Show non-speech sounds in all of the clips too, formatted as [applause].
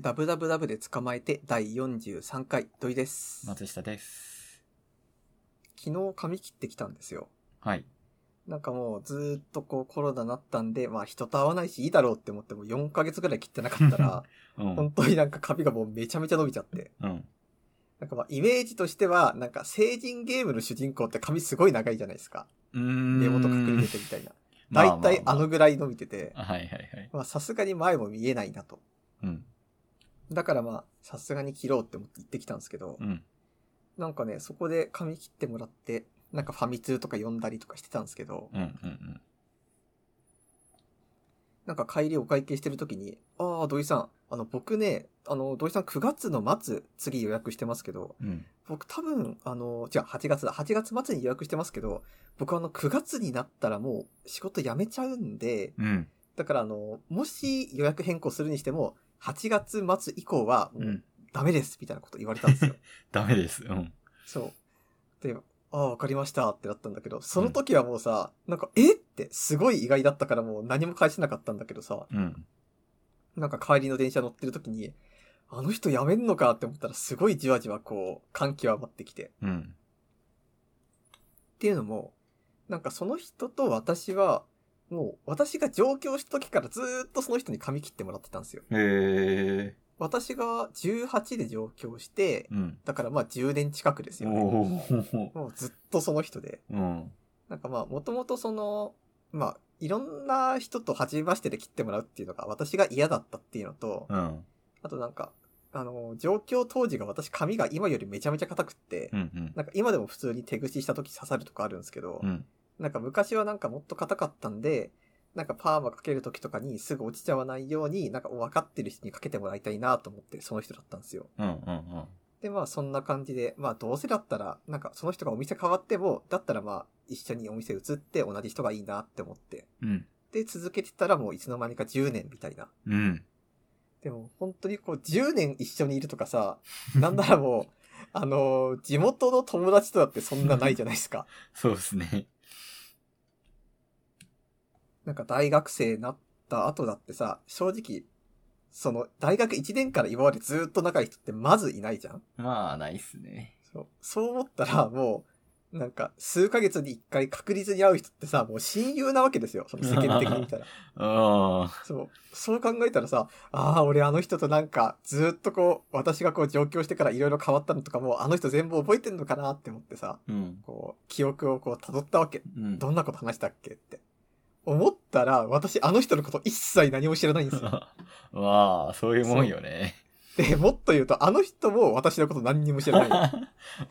ダブダブダブで捕まえて第43回土井です。松下です。昨日髪切ってきたんですよ。はい。なんかもうずーっとこうコロナなったんで、まあ人と会わないしいいだろうって思っても4ヶ月ぐらい切ってなかったら、うん。本当になんか髪がもうめちゃめちゃ伸びちゃって。うん。なんかまあイメージとしては、なんか成人ゲームの主人公って髪すごい長いじゃないですか。うーん根元隠れててみたいな。まだあいたいあまあまのぐらい伸びてて、あはいはいはい。まあさすがに前も見えないなと。うん。だからまあさすがに切ろうって思って行ってきたんですけど、うん。なんかね、そこで髪切ってもらって、なんかファミ通とか呼んだりとかしてたんですけど、うん。うん。なんか帰りお会計してる時に、ああ、土井さん、あの、僕ね、あの、土井さん9月の末、次予約してますけど、うん。うん。僕多分、あの、じゃあ8月だ、8月末に予約してますけど、僕あの、9月になったらもう仕事辞めちゃうんで、うん。だからあの、もし予約変更するにしても、8月末以降は、もう。うんダメです、みたいなこと言われたんですよ。ダメです。うん。そう。で、ああ、わかりましたってなったんだけど、その時はもうさ、なんか、えってすごい意外だったからもう何も返せなかったんだけどさ、うん。なんか帰りの電車乗ってる時に、あの人辞めんのかって思ったらすごいじわじわこう、感極まってきて。うん。っていうのも、なんかその人と私は、もう私が上京した時からずーっとその人に髪切ってもらってたんですよ。へえ。私が18で上京して、うん。だからまあ10年近くですよね。おお。もうずっとその人で。うん。なんかまあ、もともとその、まあ、いろんな人と初めましてで切ってもらうっていうのが私が嫌だったっていうのと、うん。あとなんか、あの、上京当時が私髪が今よりめちゃめちゃ硬くって、うん。うん。なんか今でも普通に手口した時刺さるとかあるんですけど、うん。なんか昔はなんかもっと硬かったんで、なんかパーマかける時とかにすぐ落ちちゃわないように、なんか分かってる人にかけてもらいたいなと思ってその人だったんですよ。うん。うん。で、まあそんな感じで、まあどうせだったら、なんかその人がお店変わっても、だったらまあ一緒にお店移って同じ人がいいなって思って。うん。で、続けてたらもういつの間にか10年みたいな。うん。でも本当にこう10年一緒にいるとかさ、なんならもう、あのー地元の友達とだってそんなないじゃないですか。そうですね。なんか大学生になった後だってさ、正直、その大学1年から今までずっと仲いい人ってまずいないじゃんまあ、ないっすね。そうそう思ったら、もう、なんか、数ヶ月に一回確率に会う人ってさ、もう親友なわけですよ。その世間的に見たら。あそう。そう考えたらさ、ああ、俺あの人となんか、ずっとこう、私がこう上京してからいろいろ変わったのとかも、あの人全部覚えてんのかなって思ってさ、あ。うん。こう、記憶をこう辿ったわけ。うん。どんなこと話したっけって。思ったら、私あの人のこと一切何も知らないんですよ。 [laughs] まあ、そういうもんよね。で、もっと言うと、あの人も私のこと何にも知らな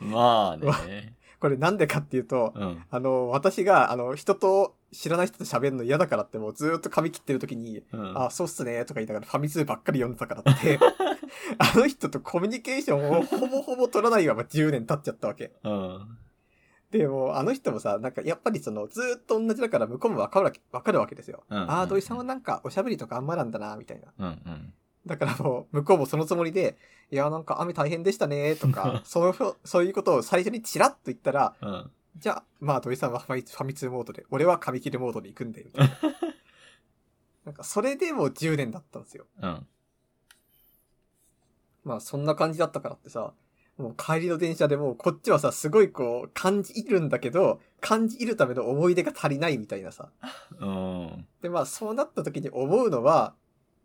いの。まあね。これなんでかっていうと、うん。あの、私が、あの、人と、知らない人と喋るの嫌だからって、もうずーっと髪切ってる時に、うん。あ、そうっすね、とか言いながらファミ通ばっかり読んでたからって、 [laughs] あの人とコミュニケーションをほぼほぼ取らないまま10年経っちゃったわけ。うん。で、もうあの人もさ、なんかやっぱりその、ずーっと同じだから向こうもわかるわけ、わかるわけですよ。うんああ、土井さんはなんかおしゃべりとかあんまなんだな、みたいな。うんだからもう、向こうもそのつもりで、いや、なんか雨大変でしたね、と [laughs] か、その、 [laughs] そういうことを最初にチラッと言ったら、うん。うん。じゃあ、まあ、土井さんはファミファミ通モードで、俺は紙切るモードで行くんだよ、みたいな。なんか、それでもう10年だったんですよ。うん。まあ、そんな感じだったからってさ、もう帰りの電車でもうこっちはさ、すごいこう、感じいるんだけど、感じいるための思い出が足りないみたいなさ。うん。で、まあ、そうなった時に思うのは、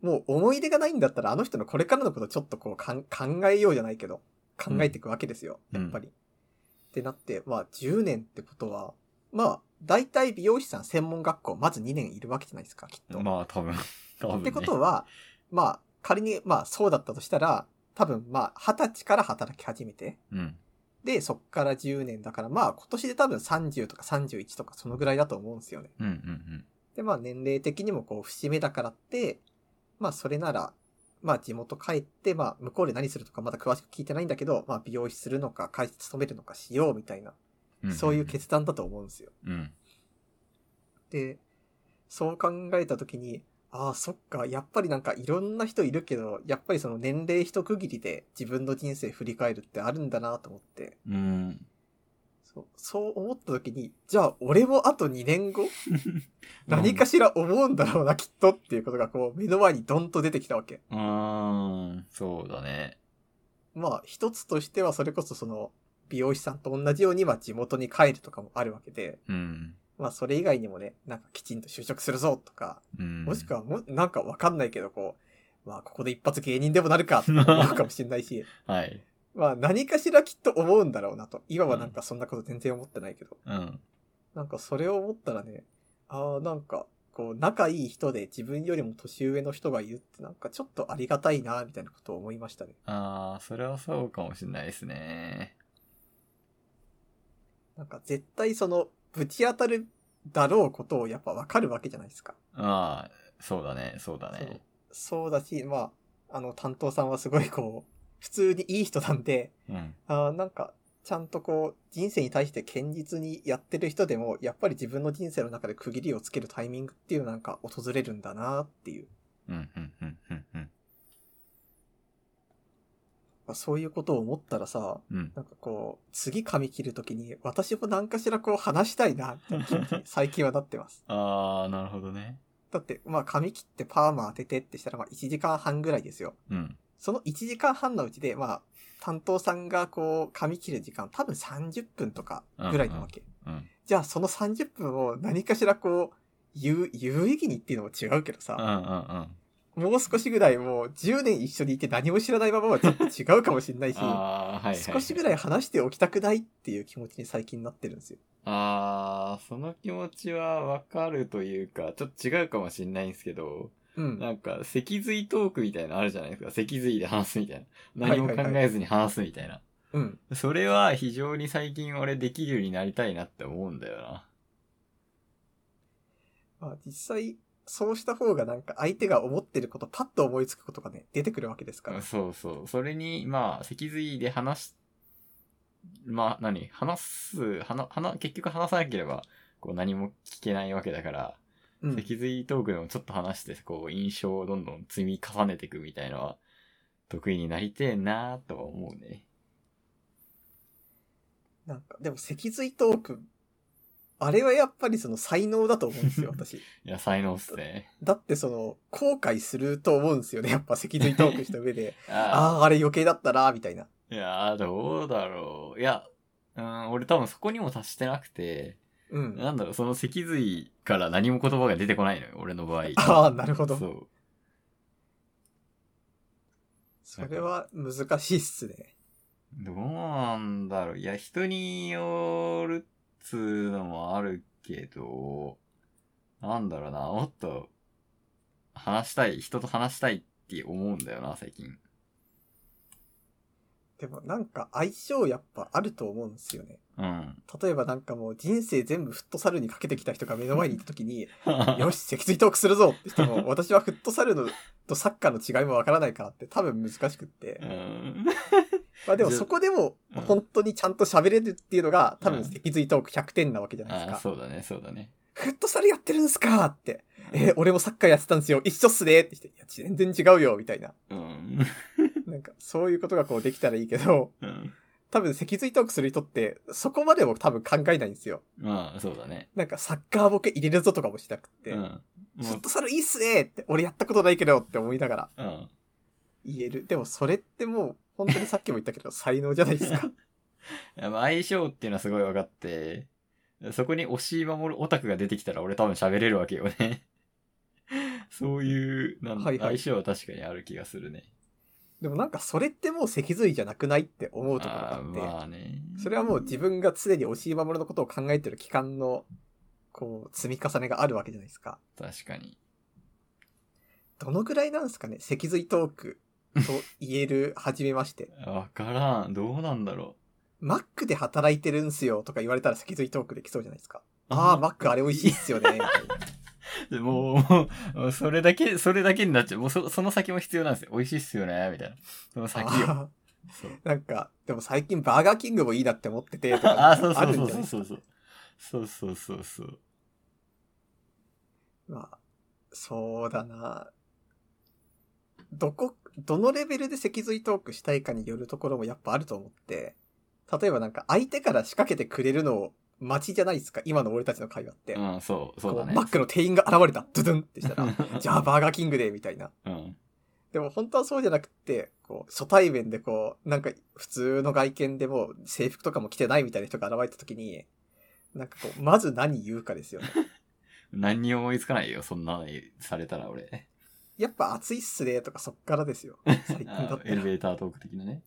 もう思い出がないんだったら、あの人のこれからのことちょっとこうかん、考えようじゃないけど、考えていくわけですよ、うんやっぱり。ってなって、まあ、10年ってことは、まあ、大体美容師さん専門学校、まず2年いるわけじゃないですか、きっと。まあ、多分。多分、ね。ってことは、まあ、仮に、まあ、そうだったとしたら、多分、まあ、20歳から働き始めて、うん。で、そっから10年だから、まあ、今年で多分30とか31とか、そのぐらいだと思うんですよね。うんうんで、まあ年齢的にもこう節目だからって、まあそれなら、まあ地元帰って、まあ向こうで何するとかまだ詳しく聞いてないんだけど、まあ美容師するのか会社勤めるのかしようみたいな、うん。そういう決断だと思うんですよ。うん。で、そう考えた時に、ああ、そっか、やっぱりなんかいろんな人いるけど、やっぱりその年齢一区切りで自分の人生振り返るってあるんだなと思って、うん。そうそう思った時に、じゃあ俺もあと2年後何かしら思うんだろうな、きっとっていうことがこう目の前にドンと出てきたわけ。うーん、そうだね。まあ一つとしてはそれこそその美容師さんと同じようにまあ地元に帰るとかもあるわけで、うん。まあそれ以外にもね、なんかきちんと就職するぞとか、うん。もしくはも、なんかわかんないけどこう、まあここで一発芸人でもなるか [laughs] とか思うかもしれないし、はい。まあ何かしらきっと思うんだろうなと。今はなんかそんなこと全然思ってないけど、うん。なんかそれを思ったらね、ああ、なんか、こう、仲いい人で自分よりも年上の人がいるって、なんかちょっとありがたいな、みたいなことを思いましたね。ああ、それはそうかもしれないですね。なんか絶対その、ぶち当たるだろうことをやっぱわかるわけじゃないですか。まあ、そうだね、そうだね。そうだし、まあ、あの、担当さんはすごいこう、普通にいい人なんで、うん。あーなんか、ちゃんとこう、人生に対して堅実にやってる人でも、やっぱり自分の人生の中で区切りをつけるタイミングっていうのなんか訪れるんだなっていう、うん、うん、うん、うん、うん。まあ、そういうことを思ったらさ、うん。なんかこう、次髪切るときに、私も何かしらこう話したいな、みたいな気持ちに最近はなってます。ああ、なるほどね。だって、まあ髪切ってパーマ当ててってしたら、まあ1時間半ぐらいですよ。うん。その1時間半のうちで、まあ、担当さんがこう、髪切る時間、多分30分とかぐらいなわけ。うん。じゃあその30分を何かしらこう、有有意義にっていうのも違うけどうん、うさ、ん、うん。もう少しぐらいもう10年一緒にいて何も知らないままはちょっと違うかもしれないし、ああー、はい、はい。少しぐらい話しておきたくないっていう気持ちに最近なってるんですよ。ああ、その気持ちはわかるというか、ちょっと違うかもしれないんですけど、うん。なんか、脊髄トークみたいなのあるじゃないですか。脊髄で話すみたいな。何も考えずに話すみたいな。うん。それは非常に最近俺できるようになりたいなって思うんだよな。まあ実際、そうした方がなんか相手が思ってることパッと思いつくことがね、出てくるわけですから。そうそう。それに、まあ、脊髄で話し、まあ、何話す、話、話、結局話さなければ、こう何も聞けないわけだから、うん。脊髄トークでもちょっと話して、こう、印象をどんどん積み重ねていくみたいのは、得意になりてえなーとは思うね。なんか、でも脊髄トーク、あれはやっぱりその才能だと思うんですよ、私。いや、才能っすね。だってその、後悔すると思うんですよね、やっぱ脊髄トークした上で。 [laughs] あああ、あれ余計だったな、みたいな。あ。いやー、どうだろう。いや、うん、俺多分そこにも達してなくて、うん。なんだろう、その脊髄から何も言葉が出てこないのよ、俺の場合。 [laughs] ああ、なるほどそ。う。それは難しいっすね。どうなんだろう。いや、人によるっつうのもあるけど、なんだろうな、もっと、話したい、人と話したいって思うんだよな、最近。でもなんか相性やっぱあると思うんですよね。うん。例えばなんかもう人生全部フットサルにかけてきた人が目の前にいた時 [laughs] に、よし、脊髄トークするぞってしても、私はフットサルのとサッカーの違いもわからないからって多分難しくって [laughs] う。ん。まあでもそこでもうん本当にちゃんと喋れるっていうのが多うん分脊髄トーク100点なわけじゃないですああ、か。そうだね、そうだね。フットサルやってるんすかって。えー俺もサッカーやってたんですよ。一緒っすねってして、いや、全然違うよ、みたいな。うん。なんか、そういうことがこうできたらいいけど、うん。多分脊髄トークする人って、そこまでも多分考えないんですよ。まあ、そうだね。なんか、サッカーボケ入れるぞとかもしなくって、うん。フもットサルいいっすねって、俺やったことないけどって思いながらううん。言える。でも、それってもう、本当にさっきも言ったけど、才能じゃないです [laughs] か。やっぱ相性っていうのはすごい分かって、そこに押し守るオタクが出てきたら俺多分喋れるわけよね。 [laughs] そういう、なんだはいはい相性は確かにある気がするね。でもなんか、それってもう脊髄じゃなくないって思うところがああっーて、まあね。それはもう自分が常に押井守のことを考えてる期間の、こう、積み重ねがあるわけじゃないですか。確かに。どのぐらいなんですかね脊髄トークと言える、初めまして。 [laughs] わからん。どうなんだろマックで働いてるんすよとか言われたら脊髄トークできそうじゃないですか。う。 [laughs] ああ、マックあれ美味しいっすよね。みたいなでもう、もうもうそれだけ、それだけになっちゃう。もうそその先も必要なんですよ。美味しいっすよね、みたいな。その先を。あそう [laughs] ーなんか、でも最近バーガーキングもいいなって思っててとか、ああ、そうあそうるんそうじゃないそうそう。そうそうそうそう。まあ、そうだな。どこ、どのレベルで脊髄トークしたいかによるところもやっぱあると思って、例えばなんか相手から仕掛けてくれるのを待ちじゃないですか、今の俺たちの会話って。うん、そう、そうだこうねバ。ックの店員が現れた、ドゥドゥンってした [laughs] ら、じゃあバーガーキングで、みたいな。うん。でも本当はそうじゃなくて、こう、初対面でこう、なんか普通の外見でもう制服とかも着てないみたいな人が現れた時に、なんかこう、まず何言うかですよね。何にも思いつかないよ、そんなのされたら俺。やっぱ暑いっすねとかそっからです [laughs] よ。最近だあったエレら。ベータートーク的なね。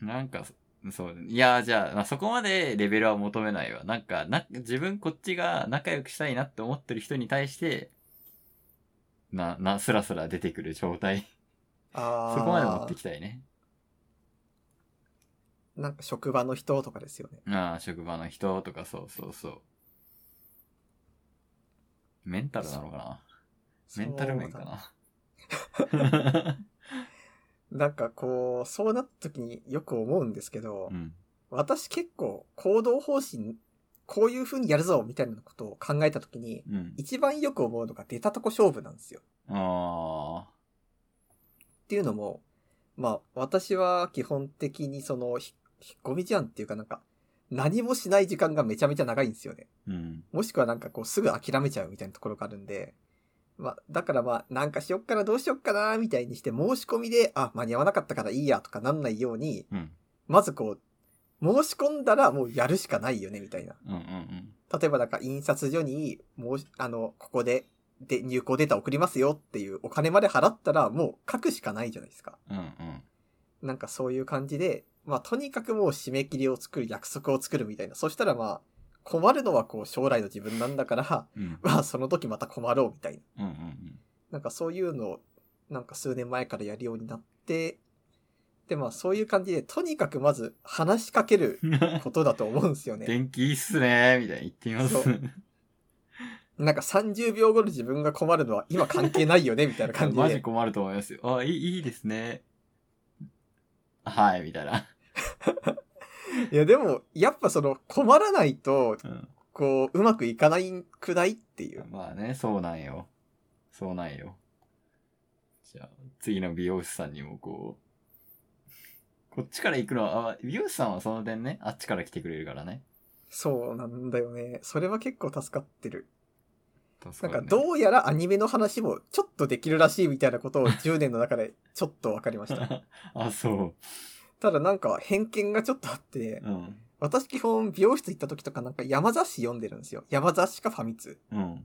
なんか、そう、いや、じゃあ、まあ、そこまでレベルは求めないわ。なんか、な、自分こっちが仲良くしたいなって思ってる人に対して、な、な、スラスラ出てくる状態。あそこまで持ってーきたいね。なんか職場の人とかですよね。ああ、職場の人とか、そうそうそう。メンタルなのかなメンタル面かそうだ [laughs] なうなんかこう、そうなった時によく思うんですけど、ん。私結構行動方針、こういう風にやるぞみたいなことを考えた時に、うん。一番よく思うのが出たとこ勝負なんですよ。あっていうのも、まあ、私は基本的にその、ひ引っ込み思案っていうかなんか、何もしない時間がめちゃめちゃ長いんですよね。あ。うん。もしくはなんかこう、すぐ諦めちゃうみたいなところがあるんで、まあ、だからまあ、なんかしよっかな、どうしよっかな、みたいにして、申し込みで、あ、間に合わなかったからいいや、とかなんないように、うん。まずこう、申し込んだらもうやるしかないよね、みたいな。うんうんうん。例えばなんか印刷所に、もう、あの、ここで、で、入稿データ送りますよっていうお金まで払ったら、もう書くしかないじゃないですか。うんうん。なんかそういう感じで、まあとにかくもう締め切りを作る、約束を作るみたいな。そしたらまあ、困るのはこう将来の自分なんだから、うんまあその時また困ろうみたいな。うんうんなんかそういうのを、なんか数年前からやるようになって、でまあそういう感じで、とにかくまず話しかけるうん。ことだと思うんですよね。電気いいっすねみたいに言ってみます。そなんか30秒後の自分が困るのは今関係ないよね、みたいな感じ [laughs] マジで。困ると思いますよ。あ、いい、いいですね。はい、みたいな。いやでも、やっぱその困らないと、うん。こう、うまくいかないくないっていう。まあね、そうなんよ。そうなんよ。じゃあ、次の美容師さんにもこう、こっちから行くのは、あ美容師さんはその点ね、あっちから来てくれるからね。そうなんだよね。それは結構助かってる。な助んかかるねどうやらアニメの話もちょっとできるらしいみたいなことを10年の中でちょっと分かりました。あ、そただなんか偏見がちょっとあってう。、うん。私基本美容室行った時とかなんか山雑誌読んでるんですよ。山雑誌かファミ通。うん。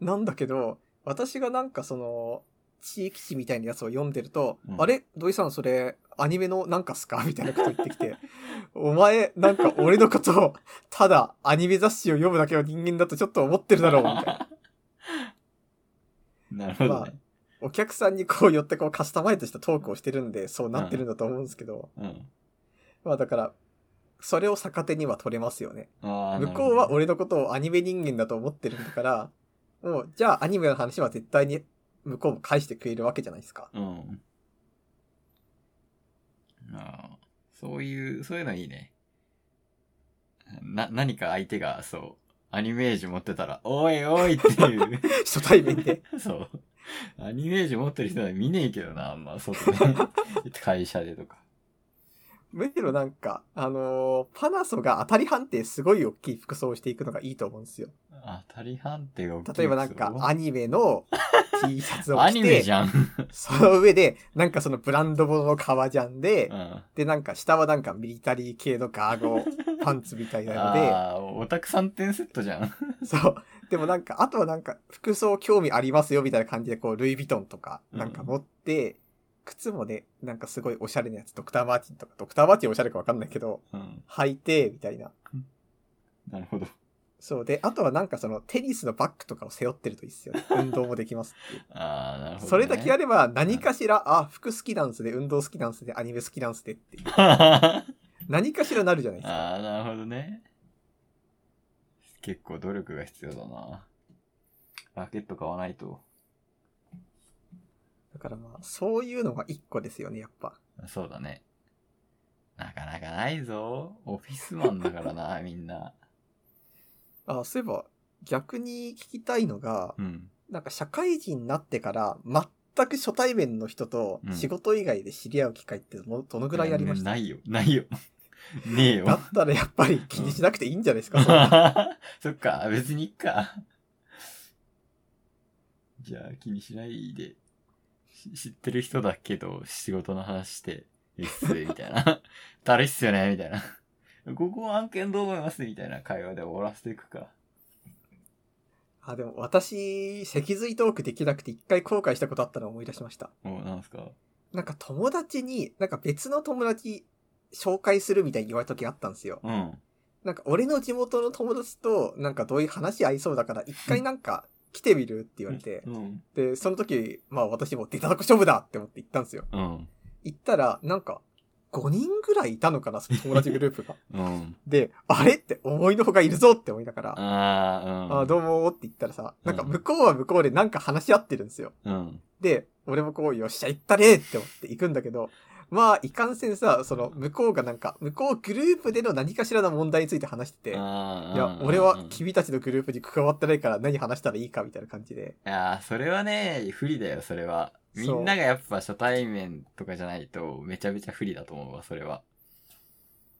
なんだけど、私がなんかその、地域誌みたいなやつを読んでると、うんあれ土井さんそれ、アニメのなんかっすかみたいなこと言ってき [laughs] て、お前、なんか俺のことを、ただアニメ雑誌を読むだけの人間だとちょっと思って [laughs] るだろう、みたいな。なるほどね。お客さんにこう寄ってこうカスタマイズしたトークをしてるんで、そうなってるんだと思うんですけど、うん。まあだから、それを逆手には取れますよね。あー向こうは、なる俺のことをアニメ人間だと思ってるんだから、もう、じゃあアニメの話は絶対に向こうも返してくれるわけじゃないですか。 [laughs] ほどねうん。あーそういう、そういうのいいね。な、何か相手が、そう、アニメージュ持ってたら、おいおいっていう。初対面で。 [laughs] そう。アニメージュ持ってる人は見ねえけどな、あんま、外で。 [laughs] 会社でとか。むしろなんか、あのーパナソが当たり判定すごい大きい服装をしていくのがいいと思うんですよ。当たり判定が大きいですよ例えばなんか、アニメの T シャツを着て、 [laughs] アニメじゃん。その上で、なんかそのブランド物の革ジャンで、うん。で、なんか下はなんかミリタリー系のガーゴ、パンツみたいな [laughs] のああ、オタク3点セットじゃん。で、 [laughs] そう。でもなんか、あとはなんか、服装興味ありますよみたいな感じで、こう、ルイ・ヴィトンとか、なんか持って、靴もね、なんかすごいおしゃれなやつ、ドクター・マーチンとか、ドクター・マーチンおしゃれかわかんないけど、うん。履いて、みたいな。なるほど。そう。で、あとはなんかその、テニスのバッグとかを背負ってるといいっす [laughs] よね。運動もできますっていう。ああ、なるほど、ね。それだけやる。れば、何かしら、あ、服好きなんすね、運動好きなんすね、アニメ好きなんすねっていう。 [laughs] あ何かしらなるじゃないですか。あ、なるほどね。結構努力が必要だな。ラケット買わないと。だからまあ、そういうのが一個ですよね、やっぱ。そうだね。なかなかないぞ。オフィスマンだからな、みんな。あ、そういえば、逆に聞きたいのが、うん。なんか社会人になってから、全全く初対面の人とうん仕事以外で知り合う機会ってどどのぐらいありましたないよ。ないよ。 [laughs] ねえだよ。ったらやっぱり気にしなくていいんじゃないですか、それ [laughs] はそっか、別にいっか。じゃあ、気にしないで。し知ってる人だけど、仕事の話して、いいっす、みたいな。 [laughs] だるいっすよね、みたいな。ここ案件どう思いますみたいな会話で終わらせていくか。あ、でも私、脊髄トークできなくて一回後悔したことあったのを思い出しました。もう、なんすかなんか友達に、なんか別の友達紹介するみたいに言われた時あったんですよ。うん。なんか俺の地元の友達と、なんかどういう話合いそうだから、一回なんか来てみるって言われて、うん。で、その時、まあ私も出たとこ勝負だって思って行ったんですよ。うん。行ったら、なんか、5人ぐらいいたのかな、その友達グループが。 [laughs] うん。で、あれって思いのほかいるぞって思いながら、ああ、うん。あーどうもーって言ったらさ、なんか向こうは向こうでなんか話し合ってるんですよ。うん。で、俺もこう、よっしゃ、行ったねーって思って行くんだけど、まあ、いかんせんさ、その、向こうがなんか、向こうグループでの何かしらの問題について話してて、いあーや、うん俺うはん君たちのグループに加わってないから何話したらいいかみたいな感じで。いやーそれはね、不利だよ、それは。みそうんながやっぱ初対面とかじゃないと、めちゃめちゃ不利だと思うわ、それは。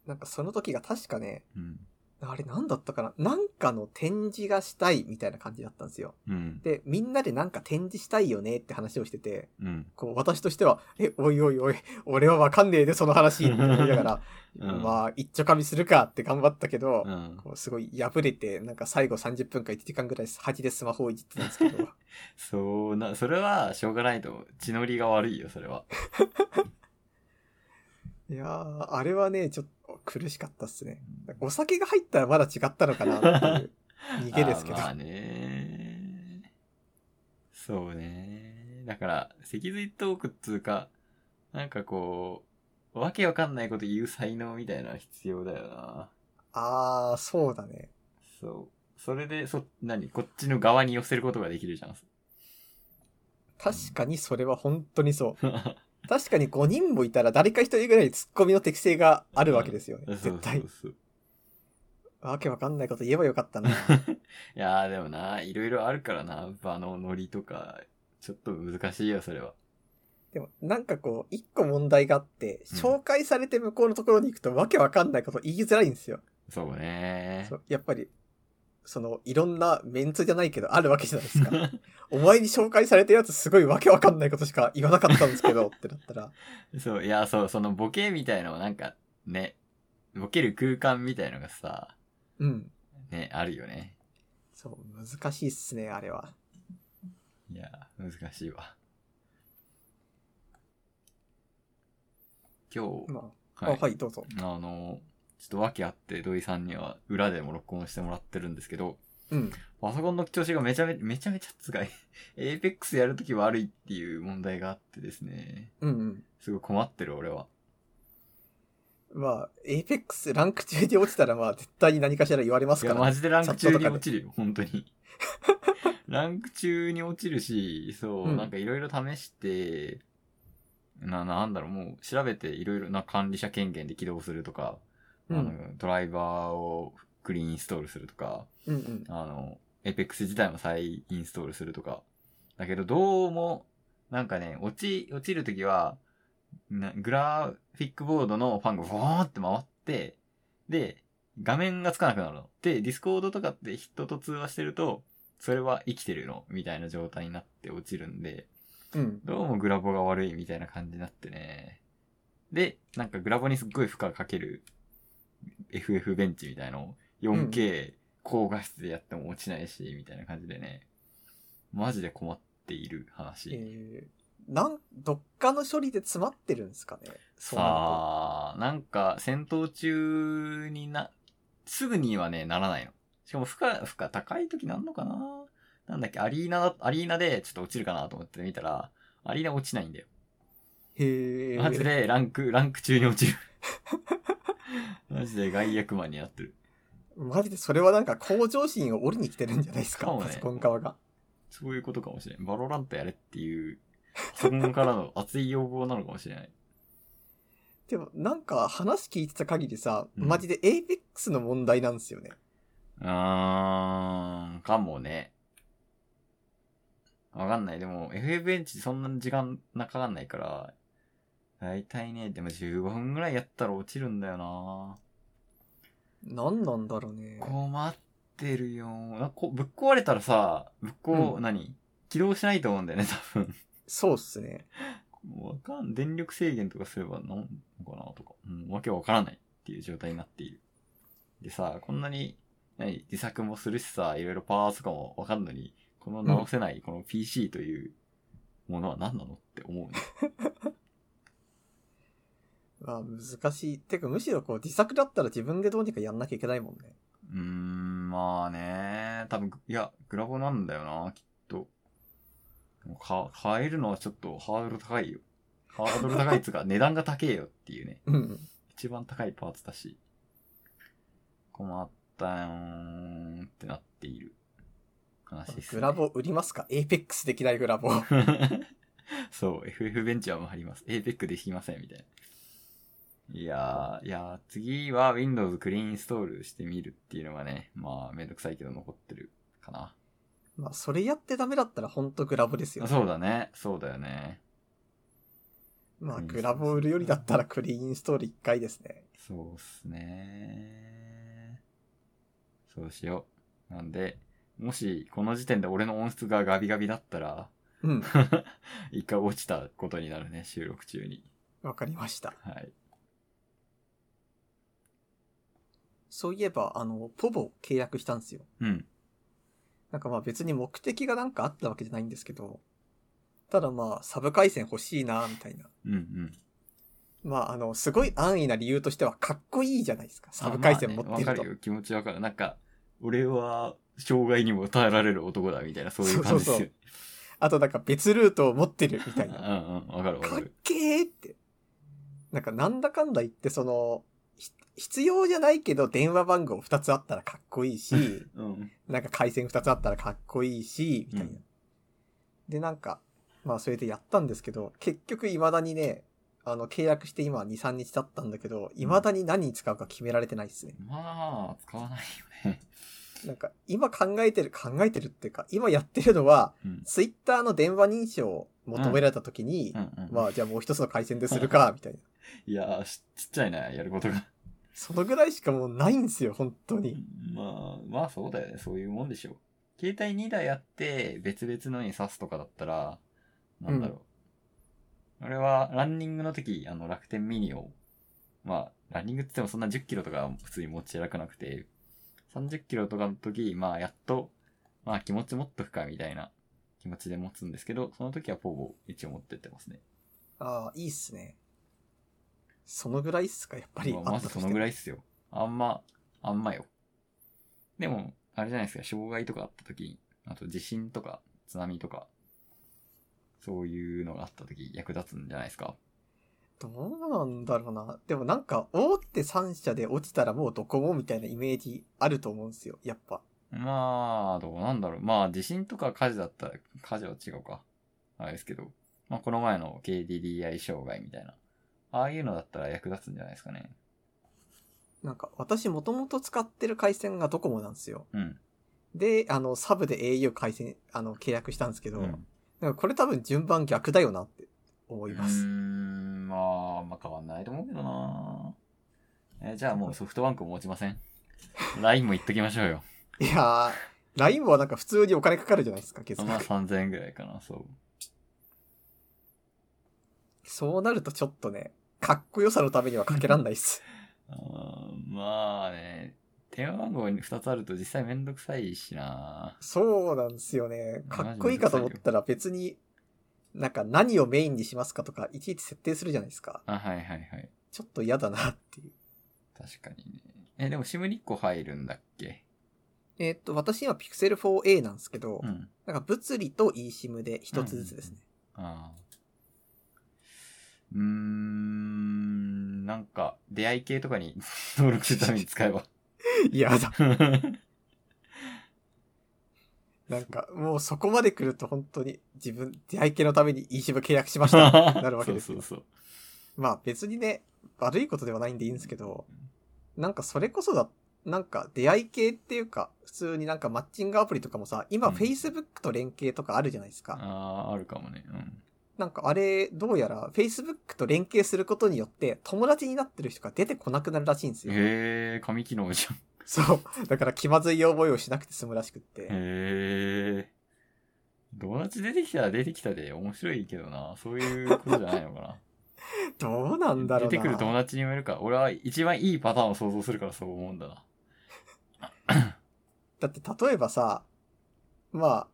なんかその時が確かね、うん。あれなんだったかななんかの展示がしたいみたいな感じだったんですよ。うん。で、みんなでなんか展示したいよねって話をしてて、うん。こう、私としては、え、おいおいおい、俺はわかんねえで、その話、って思いながら、 [laughs] うんまあ、一丁噛みするかって頑張ったけど、うん。こうすごい破れて、なんか最後30分か1時間ぐらい恥でスマホをいじってたんですけど、 [laughs] そうな、それは、しょうがないと思う。血のりが悪いよ、それは。いやー、あれはね、ちょっと苦しかったっすね。お酒が入ったらまだ違ったのかなっていう逃げですけど。 [laughs] あーまあねそうねだから、脊髄トークっつうか、なんかこう、わけわかんないこと言う才能みたいなのは必要だよな。あー、そうだね。そう。それで、そ、何こっちの側に寄せることができるじゃん。確かにそれは本当にそう。確かに5人もいたら誰か1人ぐらいツッコミの適性があるわけ [laughs] ですよね。そ絶う対そう。そう。わけわかんないこと言えばよか [laughs] ったな。いやーでもな、いろいろあるからな、場のノリとか、ちょっと難しいよ、それは。でも、なんかこう、一個問題があって、うん紹介されて向こうのところに行くとわけわかんないこと言いづらいんですよ。そうねそうやっぱり、その、いろんなメンツじゃないけど、あるわけじゃないです [laughs] か。お前に紹介されてるやつすごいわけわかんないことしか言わなかったんですけど、ってなったら、 [laughs] そう、いや、そう、そのボケみたいのをなんか、ね、ボケる空間みたいのがさ、うん。ね、あるよね。そう、難しいっすね、あれは。いやー難しいわ。今日、まあ、はい、あはい、どうぞ。あの、ちょっと訳あって土井さんには裏でも録音してもらってるんですけど、うん。パソコンの調子がめちゃめめちゃめちゃつがい。APEX やるとき悪いっていう問題があってですね。うんうん。すごい困ってる俺は。まあ、エイペックスランク中で落ちたら、まあ、絶対に何かしら言われますいかや、ら。マジでランク中にチャットとかで落ちるよ、本当に。 [laughs] ランク中に落ちるし、そう、うんなんかいろいろ試して、な、なんだろう、もう調べていろいろな管理者権限で起動するとか、うんあの、ドライバーをクリーンインストールするとか、うんうん。あの、Apex 自体も再インストールするとか。だけど、どうも、なんかね、落ち、落ちるときは、なグラフィックボードのファンがゴーンって回って、で、画面がつかなくなるの。で、ディスコードとかって人と通話してると、それは生きてるの、みたいな状態になって落ちるんで、うん。どうもグラボが悪いみたいな感じになってね。で、なんかグラボにすっごい負荷かける FF ベンチみたいのを 4K 高画質でやっても落ちないし、みたいな感じでね。マジで困っている話。えー、なん、どっかの処理で詰まってるんですかね。そうなるとさあ、なんか戦闘中にな、すぐにはね、ならないの。しかも負荷、負荷高い時なんのかななんだっけ、アリーナだ、アリーナでちょっと落ちるかなと思って見たら、アリーナ落ちないんだよ。へえ。マジでランク、ランク中に落ちる。 [laughs] マジで外役マンになってる。マジでそれはなんか向上心を折りに来てるんじゃないですか、かもねパソコン側が。そういうことかもしれん。バロラントやれっていう、パソコンからの熱い要望なのかもしれない。でもなんか話聞いてた限りさ、うんマジで APEX の問題なんですよね。うーん、かもね。わかんない。でも、FF ベンチそんな時間なかかんないから、だいたいね、でも15分ぐらいやったら落ちるんだよな何なんだろうね。困ってるよなこぶっ壊れたらさ、ぶっこ、うん何起動しないと思うんだよね、多分。そうっすね。わかん、電力制限とかすればなんのかなとか、うん、わけわからないっていう状態になっている。でさ、こんなに、何、自作もするしさ、いろいろパワーとかもわかんのに、この直せない、この PC というものは何なのって思うね。まあ難しい。てかむしろこう自作だったら自分でどうにかやんなきゃいけないもんね。うーん、まあね、多分、いや、グラボなんだよな、きっと。でもか、買えるのはちょっとハードル高いよ。ハードル高いっつうか、値段が高えよっていうね。うん。一番高いパーツだし、困ったよーんってなっている話です、グラ。ボ売りますかエイペックスできないグラボ。 [laughs] [laughs] そう、FF ベンチャーもあります。APEC できません、みたいな。いやー、いやー、次は Windows クリーンインストールしてみるっていうのがね、まあ、めんどくさいけど残ってるかな。まあそれやってダメだったらほんとグラボですよ。そうだね、そうだよね。まあグラボ売るよりだったらクリーンインストール1回ですね。そうっすねー。そうしよう。なんで、もし、この時点で俺の音質がガビガビだったら、うん。 [laughs] 一回落ちたことになるね、収録中に。わかりました。はい。そういえば、あの、ポボ契約したんですよ。うん。なんかまあ別に目的がなんかあったわけじゃないんですけど、ただまあサブ回線欲しいなみたいな。うんうん。まああの、すごい安易な理由としてはかっこいいじゃないですか。サブ回線持まあってねわ、るかとる。よ、気持ちわかる。なんか、俺は、障害にも耐えられる男だ、みたいな、そういう感じですよ。そうあとなんか別ルートを持ってるみたいな。うんうん、わかるわかかっる。けーって。なんかなんだかんだ言ってその、ひ必要じゃないけど電話番号2つあったらかっこいいし、うん。なんか回線2つあったらかっこいいし、みたいな。うんで、なんか、まあそれでやったんですけど、結局未だにね、あの、契約して今2、3日経ったんだけど、未だに何に使うか決められてないですね。まあ、使わないよね。なんか、今考えてる、考えてるっていうか、今やってるのは、うん。ツイッターの電話認証を求められた時に、うんうん。まあじゃあもう一つの回線でするか、みたいな。いやーしちっちゃいな、やることが。そのぐらいしかもうないんですよ、本当に。まあ、まあそうだよね。そういうもんでしょう。携帯2台あって、別々のに挿すとかだったら、なんだろう。俺は、ランニングの時、あの、楽天ミニを、まあ、ランニングって言ってもそんな10キロとかは普通に持ち歩かなくて、30キロとかの時、まあ、やっと、まあ、気持ち持っとくか、みたいな気持ちで持つんですけど、その時はポーボを一応持ってってますね。ああ、いいっすね。そのぐらいっすか、やっぱり。まあまずそのぐい。らいっすよ。あんま、あんまよ。でも、あれじゃないですか、障害とかあった時に、あと地震とか津波とか、そういうのがあった時役立つんじゃないですか。どうなんだろうな。でもなんか、大手3社で落ちたらもうどこもみたいなイメージあると思うんですよ、やっぱ。まあ、どうなんだろう。まあ、地震とか火事だったら、火事は違うか。あれですけど、まあ、この前の KDDI 障害みたいな。ああいうのだったら役立つんじゃないですかね。なんか、私もともと使ってる回線がドコモなんですよ。うん。で、あの、サブで au 回線、あの、契約したんですけうど、ん。なんかこれ多分順番逆だよなって思いまうーす。ん、まあ、まあ変わんないと思うけどなえじゃあもうソフトバンクも落ち [laughs] ません。LINE も言っときましょうよ。いやー、LINE もなんか普通にお金かかるじゃないですか、月まあ額。 3000円ぐらいかな、そう。そうなるとちょっとね、かっこよさのためにはかけらんないっす。あーまあね、電話番号に2つあると実際めんどくさいしなそうなんですよね。かっこいいかと思ったら別に、なんか何をメインにしますかとか、いちいち設定するじゃないですか。あ、はいはいはい。ちょっと嫌だなっていう。確かにね。え、でも SIM に1個入るんだっけえーっと、私今 Pixel 4a なんですけど、うん。なんか物理と eSIM で一つずつですね。ああ。うーん、なんか、出会い系とかに [laughs] 登録するために使 [laughs] えば。嫌、だ。なんかもうそこまで来ると本当に自分、出会い系のために eSIM 契約しましたってなるわけですよ。 [laughs] そうそうそう。まあ別にね、悪いことではないんでいいんですけど、なんかそれこそだ、なんか出会い系っていうか、普通になんかマッチングアプリとかもさ、今うん Facebook と連携とかあるじゃないですか。ああ、あるかもね。うん。なんかあれ、どうやら Facebook と連携することによって友達になってる人が出てこなくなるらしいんですよ。へえ、紙機能じゃん。そう。だから気まずい覚えをしなくて済むらしくって。へえ。友達出てきたら出てきたで面白いけどな。そういうことじゃないのかどう [laughs] なな。んだろうな。出てくる友達にもいるから、俺は一番いいパターンを想像するからそう思うんだな。だって例えばさ、まあ、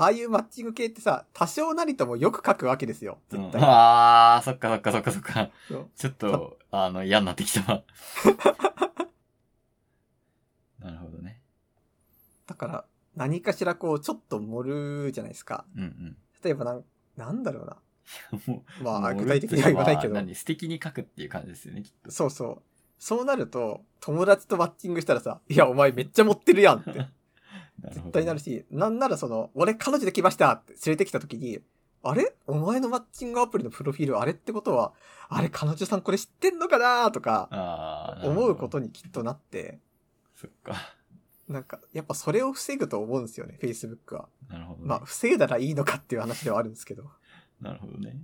ああいうマッチング系ってさ、多少なりともよく書くわけですよ。うん絶、対。ああ、そっかそっかそっかそっか。そうちょっと、あの、嫌にな [laughs] ってきたわ。なるほどね。だから、何かしらこう、ちょっと盛るじゃないですか。うん例えもなん、なんだろうな。うん。もうまあ、もう具体的には言わないけまあど。何素敵に書くっていう感じですよね、きっと。そうそう。そうなると、友達とマッチングしたらさ、いや、お前めっちゃ持ってるやん [laughs] って。なるほ絶ど対ねなるし、なんならその、俺彼女できましたって連れてきた時に、あれお前のマッチングアプリのプロフィールあれってことは、あれ彼女さんこれ知ってんのかなとか、ああ、なるほど思うことにきっとなって、そっか。なんか、やっぱそれを防ぐと思うんですよね、Facebook は。なるほど、ね。まあ、防いだらいいのかっていう話ではあるんですけど。なるほどね。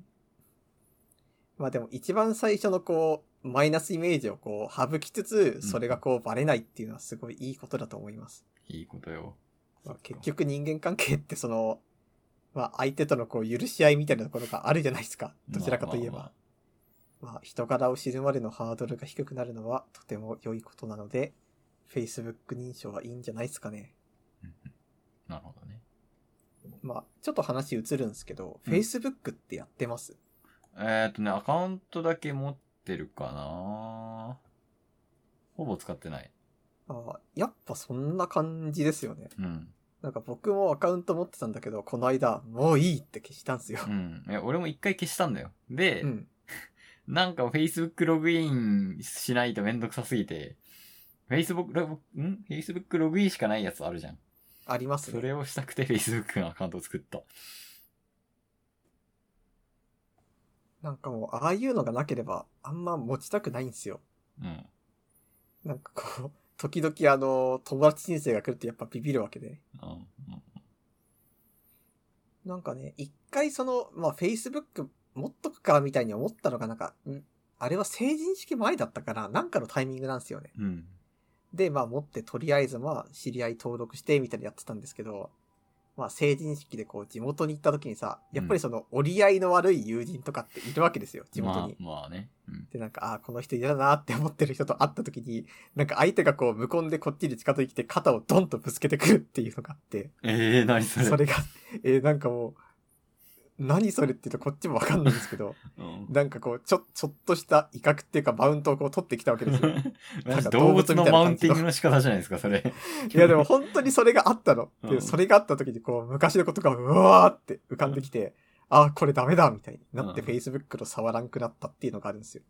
まあでも一番最初のこう、マイナスイメージをこう、省きつつ、それがこう、バレないっていうのはすごいいいことだと思います。いいことよ。まあ、結局人間関係ってその、まあ相手とのこう、許し合いみたいなところがあるじゃないですか。どちらかといえば。まあまあまあまあ、人柄を知るまでのハードルが低くなるのはとても良いことなので、Facebook 認証はいいんじゃないですかね。なるほどね。まあ、ちょっと話移るんですけど、うん Facebook ってやってますえーっとね、アカウントだけ持ってるかなほぼ使ってない。ああやっぱそんな感じですよね。うん。なんか僕もアカウント持ってたんだけど、この間、もういいって消したんですよ。うん。いや、俺も一回消したんだよ。で、うん。なんか Facebook ログインしないとめんどくさすぎて、Facebook ログ、ん ?Facebook ログインしかないやつあるじゃん。ありますそね。れをしたくて Facebook のアカウントを作った。なんかもう、ああいうのがなければ、あんま持ちたくないんですよ。うん。なんかこう、 [laughs] 時々あの、友達人生が来るとやっぱビビるわけで。うん。うんなんかね、一回その、まあ、Facebook 持っとくか、みたいに思ったのが、なんか、んあれは成人式前だったから、なんかのタイミングなんですよね。うん。で、まあ、持って、とりあえず、まあ、知り合い登録して、みたいなやってたんですけど、まあ、成人式でこう、地元に行った時にさ、やっぱりその、折り合いの悪い友人とかっているわけですよ、地元に。まあ、まあね。うん。で、なんか、ああー、この人嫌だなって思ってる人と会った時に、なんか相手がこう、無根でこっちに近づいてきて、肩をドンとぶつけてくるっていうのがあって、ええー、何それ。それが、えーなんかもう、何それって言うとこっちもわかんないんですけど、うん。なんかこう、ちょ、ちょっとした威嚇っていうか、マウントをこう取ってきたわけですよ。なんか動動物物みの [laughs] たいな感じのマウンティングの仕方じゃないですか、それ。 [laughs] いやでも本当にそれがあったの。うんで、それがあった時にこう、昔のことがうわーって浮かんできて、あー、これダメだみたいになってうん Facebook の触らんくなったっていうのがあるんですよ。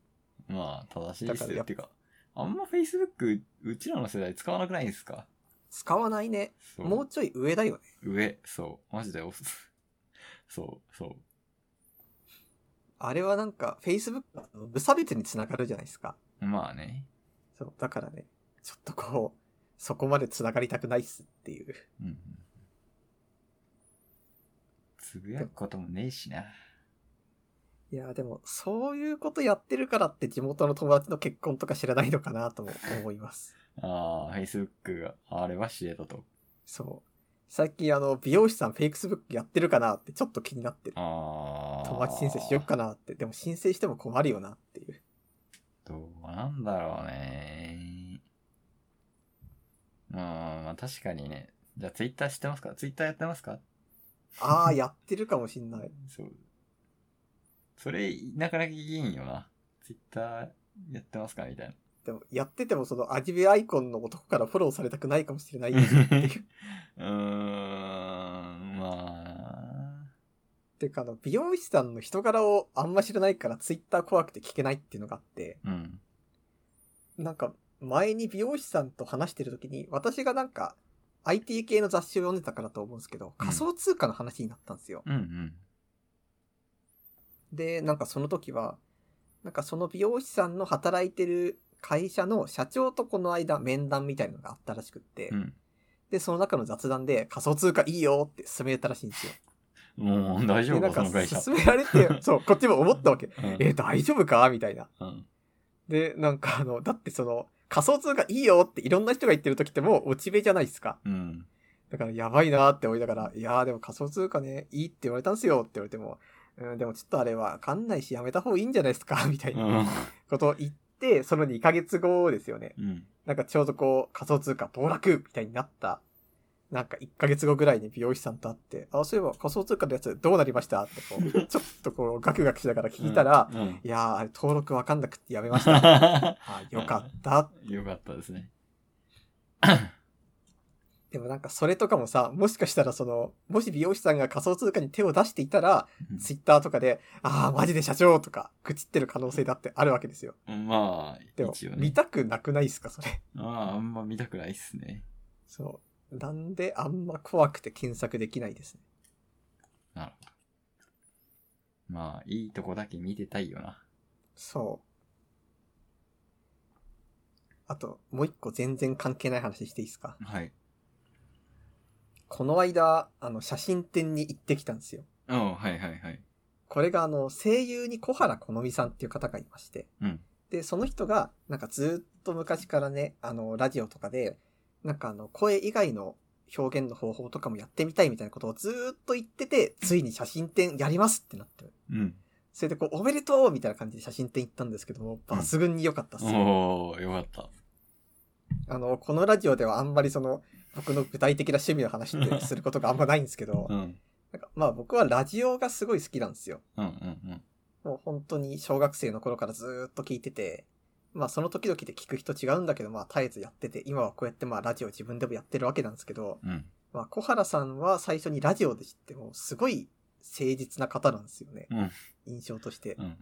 まあ、正しいですだからやよ。っぱっていうか、あんま Facebook、うちらの世代使わなくないですか使わないね。そう。もうちょい上だよね。上、そう。マジでおす。 [laughs] そう、そう。あれはなんか Facebook の無差別につながるじゃないですか。まあね。そう、だからね、ちょっとこう、そこまでつながりたくないっすっていう。うんうん。つぶやくこともねえしな。いやーでも、そういうことやってるからって地元の友達の結婚とか知らないのかなとも思います。ああ、Facebook があれば知れたと。そう。最近あの、美容師さん Facebook やってるかなってちょっと気になってる。ああ。友達申請しよっかなって。でも申請しても困るよなっていう。どうなんだろうね。うん、まあ確かにね。じゃあ Twitter 知ってますか ?Twitter やってますかああ、 [laughs] やってるかもしんない。そう。それ、なかなかいいんよな。Twitter やってますかみ [laughs] たいな。でも、やっててもそのアジベアイコンの男からフォローされたくないかもしれないっていう。うーん、まあ。 [laughs] ていうか、あの、美容師さんの人柄をあんま知らないから、ツイッター怖くて聞けないっていうのがあって、うん。なんか、前に美容師さんと話してる時に、私がなんか、IT 系の雑誌を読んでたからと思うんですけど、仮想通貨の話になったんですよ。うんうん。で、なんかその時は、なんかその美容師さんの働いてる会社の社長とこの間面談みたいなのがあったらしくって、うん。で、その中の雑談で仮想通貨いいよって勧められたらしいんですよ。もう大で、丈夫なんか、そかの会社。勧められて、そう、こっちも思ったわけ。うんえ、大丈夫かみたいな。うん。で、なんかあの、だってその、仮想通貨いいよっていろんな人が言ってる時ってもう落ち目じゃないですか。うん。だからやばいなーって思いながら、いやーでも仮想通貨ね、いいって言われたんすよって言われても、うん、でもちょっとあれはわかんないしやめた方がいいんじゃないですかみたいなうん。ことを言って、その2ヶ月後ですよね。うん。なんかちょうどこう仮想通貨暴落みたいになった、なんか1ヶ月後ぐらいに美容師さんと会って、あ、そういえば仮想通貨のやつどうなりましたってこ [laughs] う、ちょっとこうガクガクしながら聞いたら、うん、いやーあれ登録わかんなくってやめました。 [laughs] よあ、よかった。かったですね。でもなんかそれとかもさ、もしかしたらその、もし美容師さんが仮想通貨に手を出していたら、ツイッターとかで、ああ、マジで社長とか、愚痴ってる可能性だってあるわけですよ。まあ、でも、一応見ね。たくなくないですか、それ。ああ、あんま見たくないっすね。そう。なんであんま怖くて検索できないですね。なるほど。まあ、いいとこだけ見てたいよな。そう。あと、もう一個全然関係ない話していいですか。はい。この間、あの、写真展に行ってきたんですよ。うん、はいはいはい。これがあの、声優に小原好美さんっていう方がいまして。うん。で、その人が、なんかずっと昔からね、あの、ラジオとかで、なんかあの、声以外の表現の方法とかもやってみたいみたいなことをずーっと言ってて、ついに写真展やりますってなって。うん。それでこう、おめでとうみたいな感じで写真展行ったんですけども、うん抜群に良かったっすよ。おー、よかった。あの、このラジオではあんまりその、僕の具体的な趣味の話ってすることがあんまないんですけどう、ん。なんかまあ僕はラジオがすごい好きなんですよ。うんうんもう本当に小学生の頃からずーっと聞いてて、まあその時々で聞く人違うんだけど、まあ絶えずやってて、今はこうやってまあラジオ自分でもやってるわけなんですけど、うん。うん。まあ小原さんは最初にラジオで知っても、すごい誠実な方なんですよね。うん印象としてうんう。ん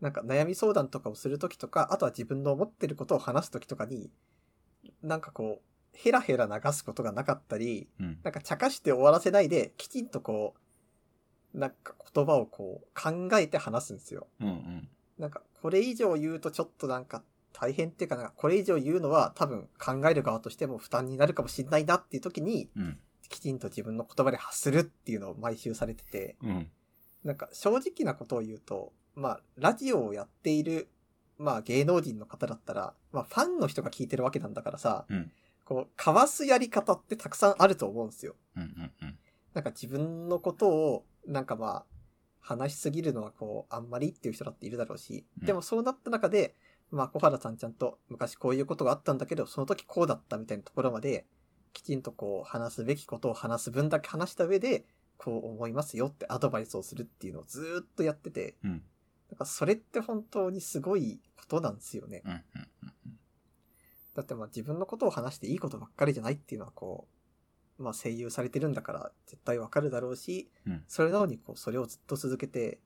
なんか悩み相談とかをする時とか、あとは自分の思ってることを話す時とかに、なんかこう、ヘラヘラ流すことがなかったり、うん。うん。なんか茶化して終わらせないで、きちんとこう、なんか言葉をこう考えて話すんですよ。うんうん。なんか、これ以上言うとちょっとなんか大変っていうかなんか、これ以上言うのは多分考える側としても負担になるかもしれないなっていう時に、うん。きちんと自分の言葉で発するっていうのを毎週されてて、うん。なんか正直なことを言うと、まあ、ラジオをやっている、まあ芸能人の方だったら、まあファンの人が聞いてるわけなんだからさ、うんこう、かわすやり方ってたくさんあると思うんですよ。うんうんうん。なんか自分のことを、なんかまあ、話しすぎるのはこう、あんまりっていう人だっているだろうし、うんでもそうなった中で、まあ小原さんちゃんと昔こういうことがあったんだけど、その時こうだったみたいなところまで、きちんとこう、話すべきことを話す分だけ話した上で、こう思いますよってアドバイスをするっていうのをずーっとやってて、うんなんかそれって本当にすごいことなんですよね。うんだってまあ自分のことを話していいことばっかりじゃないっていうのはこう、まあ声優されてるんだから絶対わかるだろうし、うんそれなのにこうそれをずっと続けて、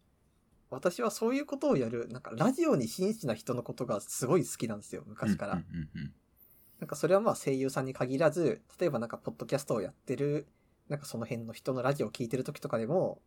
私はそういうことをやる、なんかラジオに真摯な人のことがすごい好きなんですよ、昔から。うんうんうんなんかそれはまあ声優さんに限らず、例えばなんかポッドキャストをやってる、なんかその辺の人のラジオを聞いてる時とかでも、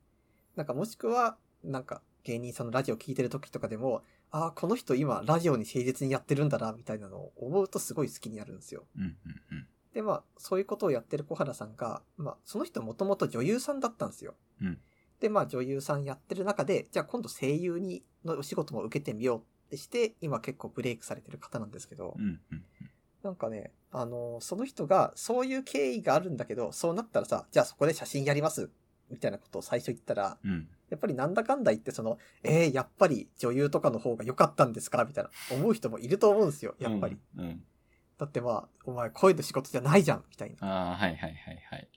なんかもしくは、なんか芸人さんのラジオを聞いてる時とかでも、ああ、この人今ラジオに誠実にやってるんだな、みたいなのを思うとすごい好きになるんですよ。うんうんうんで、まあ、そういうことをやってる小原さんが、まあ、その人もともと女優さんだったんですよ。うんで、まあ、女優さんやってる中で、じゃあ今度声優に、のお仕事も受けてみようってして、今結構ブレイクされてる方なんですけど、うんうんなんかね、あのーその人が、そういう経緯があるんだけど、そうなったらさ、じゃあそこで写真やります、みたいなことを最初言ったら、うんやっぱりなんだかんだ言って、その、えー、やっぱり女優とかの方が良かったんですかみたいな、思う人もいると思うんですよ、やっぱり。うんうんだってまあ、お前声の仕事じゃないじゃん、みたいな。ああはいはいはいはい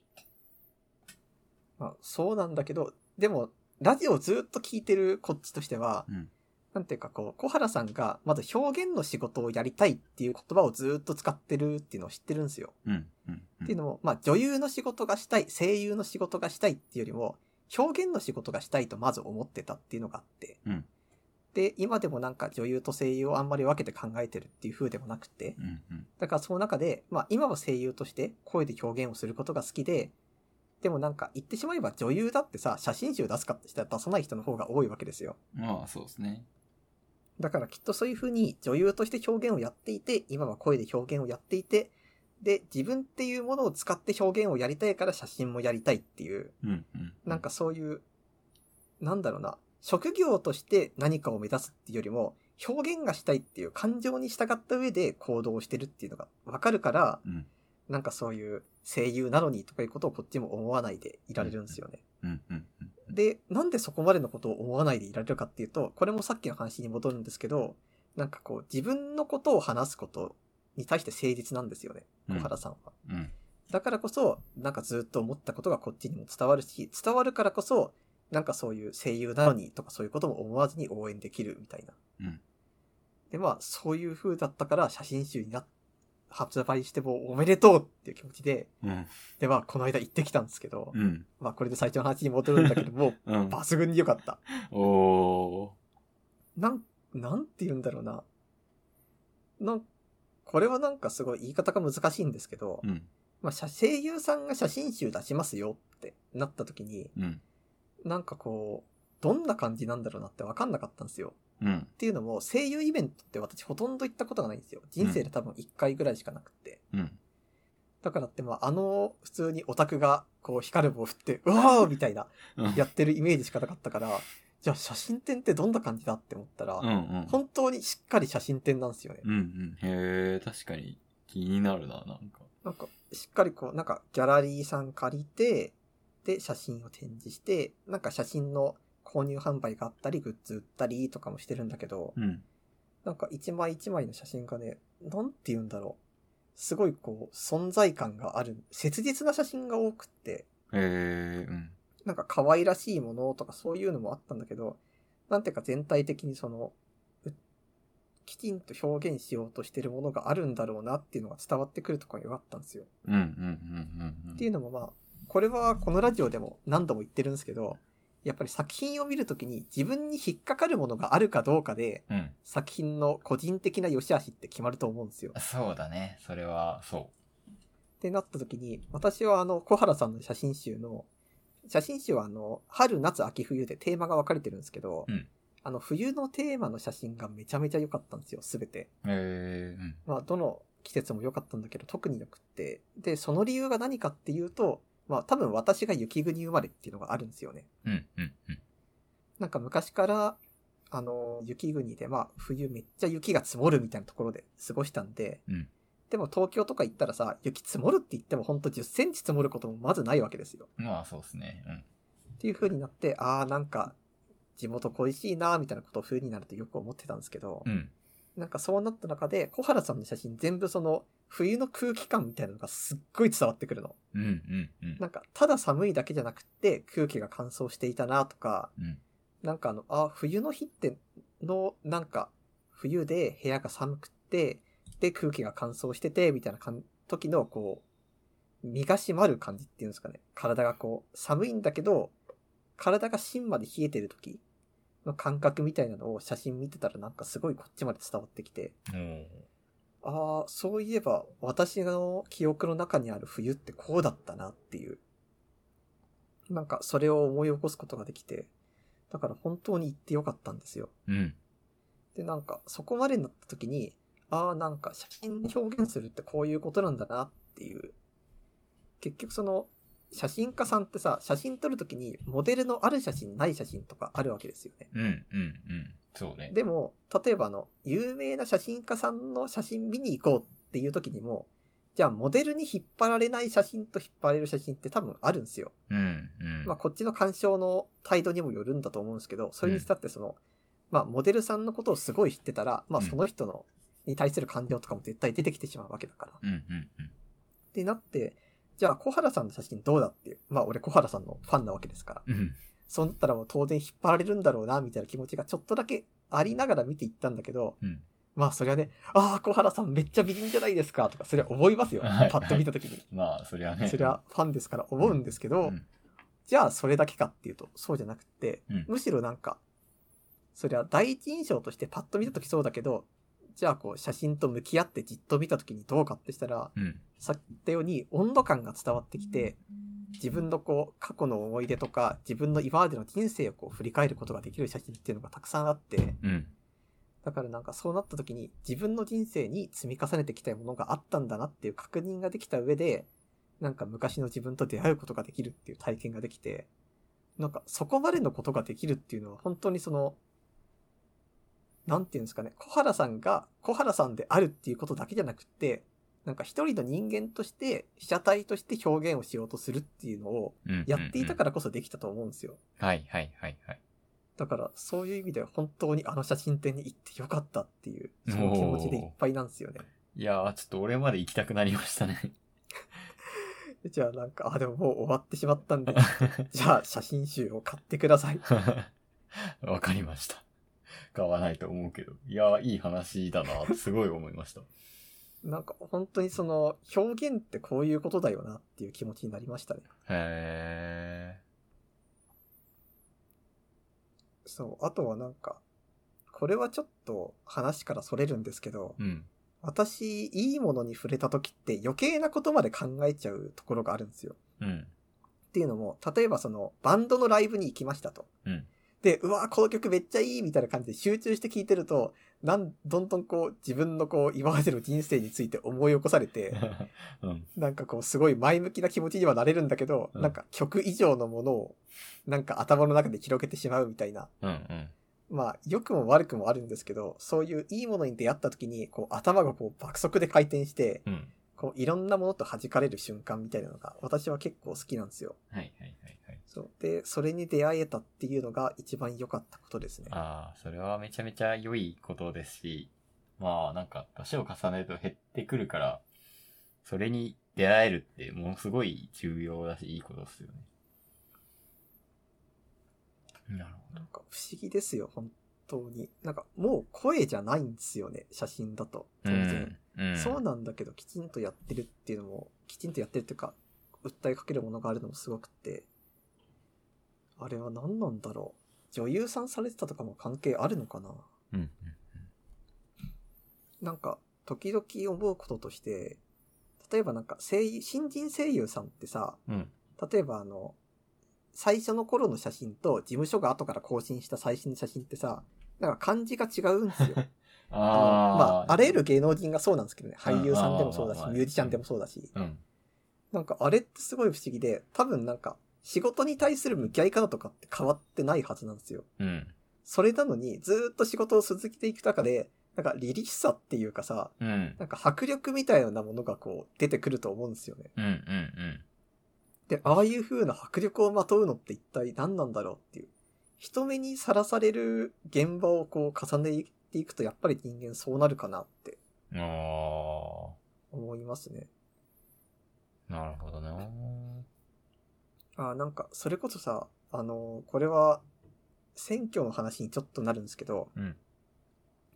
まあ、そうなんだけど、でも、ラジオをずっと聞いてるこっちとしては、うんなんていうかこう、小原さんがまず表現の仕事をやりたいっていう言葉をずっと使ってるっていうのを知ってるんですよ。うんうんうんっていうのも、まあ女優の仕事がしたい、声優の仕事がしたいっていうよりも、表現の仕事がしたいとまず思ってたっていうのがあって。うんで、今でもなんか女優と声優をあんまり分けて考えてるっていう風でもなくて、うんうんだからその中で、まあ今は声優として声で表現をすることが好きで、でもなんか言ってしまえば女優だってさ、写真集出すかってしたら出さない人の方が多いわけですよ。まあそうですねだからきっとそういう風に女優として表現をやっていて、今は声で表現をやっていて、で、自分っていうものを使って表現をやりたいから写真もやりたいっていう、うんうん。なんかそういう、なんだろうな、職業として何かを目指すっていうよりも、表現がしたいっていう感情に従った上で行動してるっていうのがわかるから、うんなんかそういう声優なのにとかいうことをこっちも思わないでいられるんですよね。うんうんうん。で、なんでそこまでのことを思わないでいられるかっていうと、これもさっきの話に戻るんですけど、なんかこう、自分のことを話すことに対して誠実なんですよね、うん小原さんは。うん。だからこそ、なんかずっと思ったことがこっちにも伝わるし、伝わるからこそ、なんかそういう声優なのにとかそういうことも思わずに応援できるみたいな。うんで、まあ、そういう風だったから写真集にな、発売してもおめでとうっていう気持ちで、うん。で、まあ、この間行ってきたんですけど、うん。まあ、これで最初の話に戻るんだ [laughs] けども、うん。抜群に良かった。おー。なん、なんて言うんだろうな。なん、これはなんかすごい言い方が難しいんですけど、うん。まあ、写声優さんが写真集出しますよってなった時に、うん。なんかこう、どんな感じなんだろうなってわかんなかったんですよ。うん。っていうのも、声優イベントって私ほとんど行ったことがないんですよ。人生で多分1回ぐらいしかなくて。うん。だからって、まあ、あの、普通にオタクが、こう、光る棒振って、うわーみたいな、うん。やってるイメージしかなかったから、じゃあ写真展ってどんな感じだって思ったら、うんうん。本当にしっかり写真展なんですよね。うんうん。へえ、確かに気になるな、なんか。なんか、しっかりこう、なんか、ギャラリーさん借りて、で、写真を展示して、なんか写真の購入販売があったり、グッズ売ったりとかもしてるんだけど、うん。なんか一枚一枚の写真がね、なんて言うんだろう。すごいこう、存在感がある、切実な写真が多くって、へえ、うん。なんか可愛らしいものとかそういうのもあったんだけど、なんていうか全体的にその、うきちんと表現しようとしてるものがあるんだろうなっていうのが伝わってくるところにはあったんですよ。うんうんうんうん。っていうのもまあ、これはこのラジオでも何度も言ってるんですけど、やっぱり作品を見るときに自分に引っかかるものがあるかどうかで、うん。作品の個人的な良し悪しって決まると思うんですよ。っそうだね。それは、そてなったときに、私はあの、小原さんの写真集の、写真集はあの、春、夏、秋、冬でテーマが分かれてるんですけど、うんあの、冬のテーマの写真がめちゃめちゃ良かったんですよ、すべて。う。へえ、うん。まあ、どの季節も良かったんだけど、特に良くって。で、その理由が何かっていうと、まあ、多分私が雪国生まれっていうのがあるんですよね。うんうんうん。なんか昔から、あの、雪国で、まあ、冬めっちゃ雪が積もるみたいなところで過ごしたんで、うんでも東京とか行ったらさ、雪積もるって言ってもほんと10センチ積もることもまずないわけですよ。まあ、そうですね。うん。っていう風になって、ああ、なんか、地元恋しいなーみたいなことを冬になるとよく思ってたんですけど、うん。なんかそうなった中で、小原さんの写真全部その、冬の空気感みたいなのがすっごい伝わってくるの。うんうんうん。なんか、ただ寒いだけじゃなくて、空気が乾燥していたなとか、うん。なんかあの、あ、冬の日って、の、なんか、冬で部屋が寒くて、で、空気が乾燥してて、みたいなかん時の、こう、身が締まる感じっていうんですかね。体がこう、寒いんだけど、体が芯まで冷えてる時の感覚みたいなのを写真見てたらなんかすごいこっちまで伝わってきて、おーああ、そういえば私の記憶の中にある冬ってこうだったなっていう。なんかそれを思い起こすことができて、だから本当に行ってよかったんですよ。うん。で、なんかそこまでになった時に、ああ、なんか写真で表現するってこういうことなんだなっていう。結局その、写真家さんってさ、写真撮るときにモデルのある写真ない写真とかあるわけですよね。うんうんうん。そうね。でも、例えばあの、有名な写真家さんの写真見に行こうっていう時にも、じゃあモデルに引っ張られない写真と引っ張られる写真って多分あるんですよ。うんうん。まあこっちの鑑賞の態度にもよるんだと思うんですけど、それにしたってその、まあモデルさんのことをすごい知ってたら、まあその人の、に対する感情とかも絶対出てきてしまうわけだから。うんうんうん。ってなって、じゃあ小原さんの写真どうだっていう。まあ俺小原さんのファンなわけですから。うん。そうなったらもう当然引っ張られるんだろうな、みたいな気持ちがちょっとだけありながら見ていったんだけど、うんまあそれはね、ああ、小原さんめっちゃ美人じゃないですか、とか、それは思いますよ。はいパッと見た時に。まあ、そりゃね。それはファンですから思うんですけど、うんじゃあそれだけかっていうと、そうじゃなくて、うんむしろなんか、それは第一印象としてパッと見た時そうだけど、じゃあこう写真と向き合ってじっと見た時にどうかってしたら、うん。さっき言ったように温度感が伝わってきて、自分のこう過去の思い出とか、自分の今までの人生をこう振り返ることができる写真っていうのがたくさんあって、うん。だからなんかそうなった時に自分の人生に積み重ねてきたものがあったんだなっていう確認ができた上で、なんか昔の自分と出会うことができるっていう体験ができて、なんかそこまでのことができるっていうのは本当にその、なんていうんですかね、小原さんが小原さんであるっていうことだけじゃなくって、なんか一人の人間として、被写体として表現をしようとするっていうのをうん。やっていたかららこそできたと思うんですよ。はいはいはいはい。だからそういう意味では本当にあの写真展に行ってよかったっていう、その気持ちでいっぱいなんですよね。いやー、ちょっと俺まで行きたくなりましたね。 [laughs] じゃあなんか、あ、でももう終わってしまったん [laughs] で、じゃあ写真集を買ってください。わかりました。買わないと思うけど。いやー、いい話だなってすごい思いました。なんか本当にその表現ってこういうことだよなっていう気持ちになりましたね。へそう、あとはなんか、これはちょっと話からそれるんですけどー。、うん。私、いいものに触れた時って余計なことまで考えちゃうところがあるんですよ。うん。っていうのも、例えばその、バンドのライブに行きましたと。うんで、うわーこの曲めっちゃいいみたいな感じで集中して聴いてると、なん、どんどんこう、自分のこう、今までの人生について思い起こされ [laughs] て、うん。なんかこう、すごい前向きな気持ちにはなれるんだけど、うんなんか曲以上のものを、なんか頭の中で広げてしまうみたいな。うん。うん。まあ、良くも悪くもあるんですけど、そういういいものに出会った時に、こう、頭がこう、爆速で回転して、うん。こう、いろんなものと弾かれる瞬間みたいなのが、私は結構好きなんですよ。はいはいはいはい。そう。で、それに出会えたっていうのが一番良かったことですね。ああ、それはめちゃめちゃ良いことですし、まあなんか年を重ねると減ってくるから、それに出会えるってものすごい重要だし、いいことですよね。なるほなんか不思議ですよ、本当に。なんか、もう声じゃないんですよね、写真だと。当ど。然。うん。そうだ。なんだけど、きちんとやってるっていうのも、きちんとやってるっていうか、訴えかけるものがあるのもすごくって。あれは何なんだろう。女優さんされてたとかも関係あるのかなうんうん。なんか、時々思うこととして、例えばなんか声優、新人声優さんってさ、うん。例えばあの、最初の頃の写真と事務所が後から更新した最新の写真ってさ、なんか感じが違うん [laughs] ですよ。あのまあ、あらゆる。芸能人がそうなんですけどね。俳優さんでもそうだしうん、うんミュージシャンでもそうだし。うん。なんかあれってすごい不思議で、多分なんか仕事に対する向き合い方とかって変わってないはずなんですよ。うん。それなのに、ずーっと仕事を続けていく中で、なんか凛々しさっていうかさ、うん。うんなんか迫力みたいなものがこう出てくると思うんですよね。うんうん。で、ああいう風な迫力をまとうのって一体何なんだろうっていう。人目にさらされる現場をこう重ねていくとやっぱり人間そうなるかなってああ思いますね。ー、なるほどな。あーなんか、それこそさ、あのーこれは選挙の話にちょっとなるんですけど、うん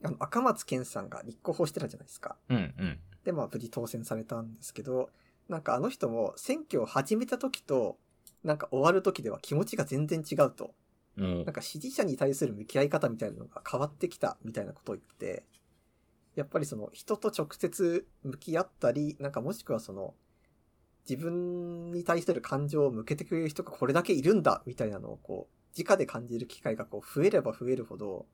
あの赤松健さんが立候補してたじゃないですか。うんうん。で、まあ無事当選されたんですけど、なんかあの人も選挙を始めた時と、なんか終わる時では気持ちが全然違うと。うんなんか支持者に対する向き合い方みたいなのが変わってきたみたいなことを言ってて、やっぱりその人と直接向き合ったり、なんかもしくはその自分に対する感情を向けてくれる人がこれだけいるんだみたいなのをこう、直で感じる機会がこう増えれば増えるほど、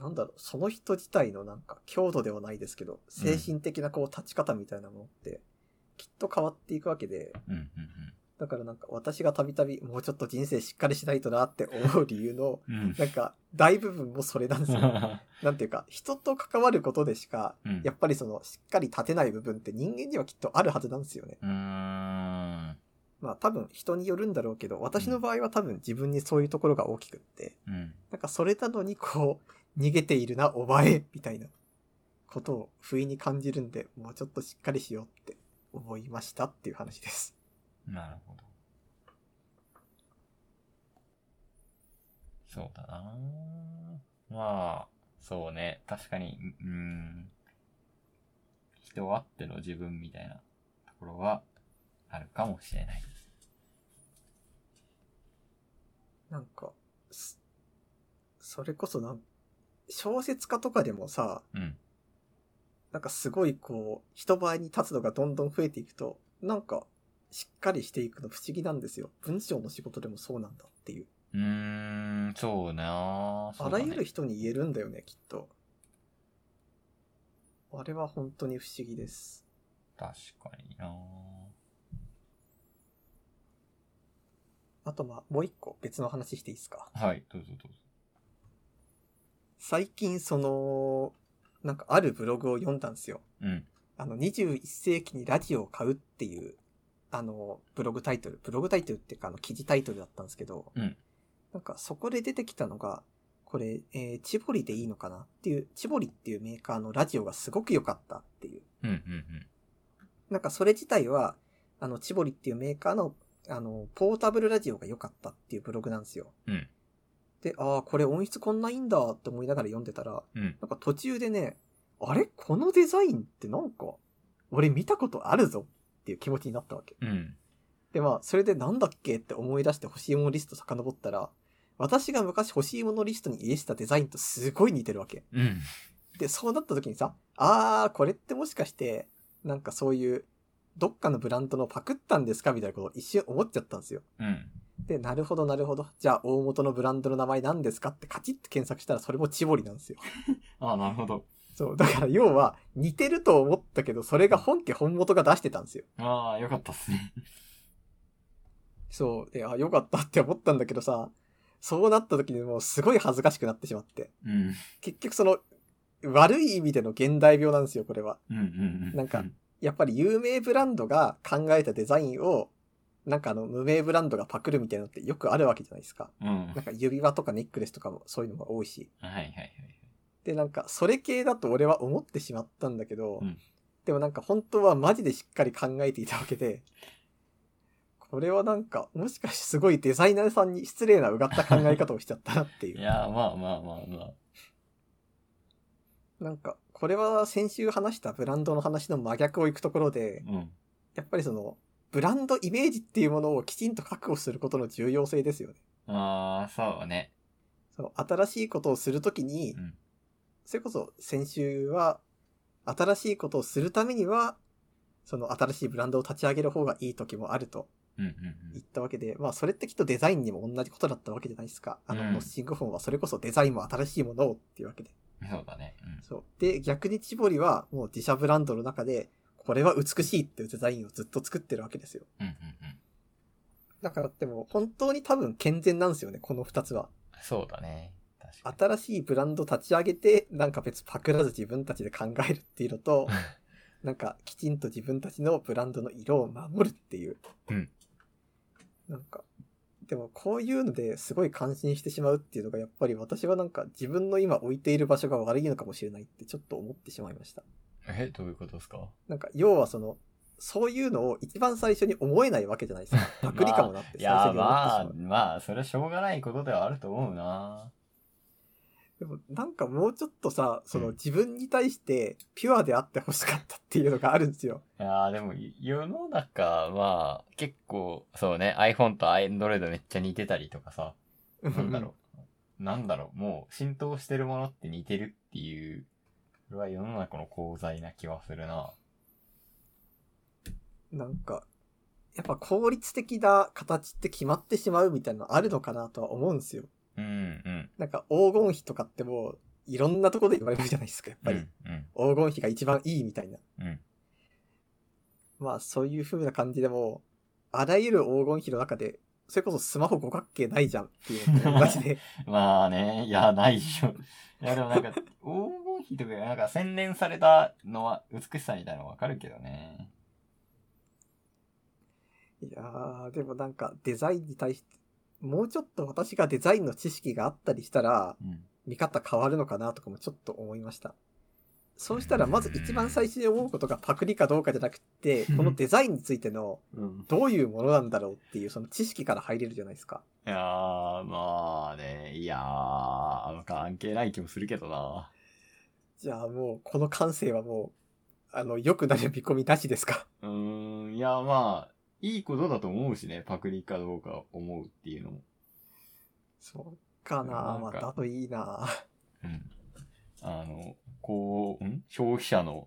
なんだろう、その人自体のなんか強度ではないですけど、精神的なこう立ち方みたいなものってきっと変わっていくわけで、うんうんだからなんか私がたびたびもうちょっと人生しっかりしないとなって思う理由の、うん。うん。なんか大部分もそれなんですよ。なんていうか人と関わることでしかうんやっぱりそのしっかり立てない部分って人間にはきっとあるはずなんですよね。うーん。まあ多分人によるんだろうけど私の場合は多分自分にそういうところが大きくってうん。なんかそれなのにこう逃げているなお前みたいなことを不意に感じるんでもうちょっとしっかりしようって思いましたっていう話です。なるほど。そうだなまあ、そうね。確かに、ううーん。人あっての自分みたいなところはあるかもしれない。なんかすそれこそなん小説家とかでもさ、うん。なんかすごいこう、人前に立つのがどんどん増えていくと、なんか、しっかりしていくの不思議なんですよ。文章の仕事でもそうなんだっていう。うーん、そうなあらゆる人。人に言えるんだよね、きっと。あれは本当に不思議です。確かになあとまあ、もう一個別の話していいですか。はい、どうぞどうぞ。最近その、なんかあるブログを読んだんですよ。うん。あの、21世紀にラジオを買うっていう、あの、ブログタイトル、ブログタイトルっていうか、あの、記事タイトルだったんですけど、うんなんか、そこで出てきたのが、これ、えー、チボリでいいのかなっていう、チボリっていうメーカーのラジオがすごく良かったっていう。うん、うん、なんか、それ自体は、あの、チボリっていうメーカーの、あの、ポータブルラジオが良かったっていうブログなんですよ。うん。うん、で、ああ、これ音質こんないいんだって思いながら読んでたら、うん。なんか途中でね、あれこのデザインってなんか、俺見たことあるぞっていう気持ちになったわけ。うん。で、まあ、それでなんだっけって思い出して欲しいものリスト遡ったら、私が昔欲しいものリストに入れてたデザインとすごい似てるわけ。うん。で、そうなった時にさ、あー、これってもしかして、なんかそういう、どっかのブランドのパクったんですかみたいなことを一瞬思っちゃったんですよ。うん。で、なるほどなるほど。じゃあ、大元のブランドの名前何ですかってカチッて検索したらそれもチボリなんですよ。ああ、なるほど。そう、だから要は似てると思ったけど、それが本家本元が出してたんですよ。ああ、よかったっすね。そう、で、あ、よかったって思ったんだけどさ、そうなった時にもうすごい恥ずかしくなってしまって。うん。結局その、悪い意味での現代病なんですよ、これは。うん、うん、うん。なんかやっぱり有名ブランドが考えたデザインを、なんかあの、無名ブランドがパクるみたいなのってよくあるわけじゃないですか。うん。はい、なんか指輪とかネックレスとかもそういうのが多いし。はい、はい。で、なんか、それ系だと俺は思ってしまったんだけど、うんでもなんか本当はマジでしっかり考えていたわけで、これはなんか、もしかしてすごいデザイナーさんに失礼なうがった考え方をしちゃったなってい。いうやー、まあまあまあまあ。なんか、これは先週話したブランドの話の真逆を行くところで、うん。やっぱりその、ブランドイメージっていうものをきちんと確保することの重要性ですよね。ああ、そうね。その新しいことをするときに、うんそれこそ先週は、新しいことをするためには、その新しいブランドを立ち上げる方がいい時もあるとうん、うん、う言ったわけで、まあそれってきっとデザインにも同じことだったわけじゃないですか。あの、うんノッシングフォンはそれこそデザインも新しいものをっていうわけで。ん。そうだね。うん。そう。で、逆にチボリはもう自社ブランドの中で、これは美しいっていうデザインをずっと作ってるわけですよ。うん、うん、うん。だからでも本当に多分健全なんですよね、この二つは。そうだね。確かに。新しいブランド立ち上げて、なんか別にパクらず自分たちで考えるっていうのと、なんかきちんと自分たちのブランドの色を守るっていう。うんなんか、でもこういうのですごい感心してしまうっていうのがやっぱり私はなんか自分の今置いている場所が悪いのかもしれないってちょっと思ってしまいました。え、どういうことですかなんか要はその、そういうのを一番最初に思えないわけじゃないですか。パクリかもなってい最初やに思ってしまう。まあ、まあ、それはしょうがないことではあると思うな。でもなんかもうちょっとさ、そのうん自分に対してピュアであってほしかったっていうのがあるんですよ。いやーでも世の中は結構そうね iPhone と Android めっちゃ似てたりとかさなんだろうなんだろうもう浸透してるものって似てるっていうそれは世の中の功罪な気はするな [laughs] なんか、やっぱ効率的な形って決まってしまうみたいなのあるのかなとは思うんですよ。うんうんなんか黄金比とかってもういろんなところで言われるじゃないですか、やっぱり。うん黄金比が一番いいみたいな。うんうんまあそういう風な感じでも、あらゆる黄金比の中で、それこそスマホ五角形ないじゃんっていうのと同じで。まあねいやないでしょいやでもなんか黄金比とかなんか洗練されたのは美しさみたいなのわかるけどねいやー、でもなんかデザインに対して、もうちょっと私がデザインの知識があったりしたら、うん見方変わるのかなとかもちょっと思いました。そうしたらまず一番最初に思うことがパクリかどうかじゃなくて、 [laughs] このデザインについてのうんどういうものなんだろうっていうその知識から入れるじゃないですか。いやーまあねいやー関係ない気もするけどなじゃあもうこの感性はもう、あの、良くなる見込みなしですか。うーん、いや、まあ、いいことだと思うしね、パクリかどうか思うっていうのも。そうかななんまあ、かだといいなうん。あの、こう、ん消費者の、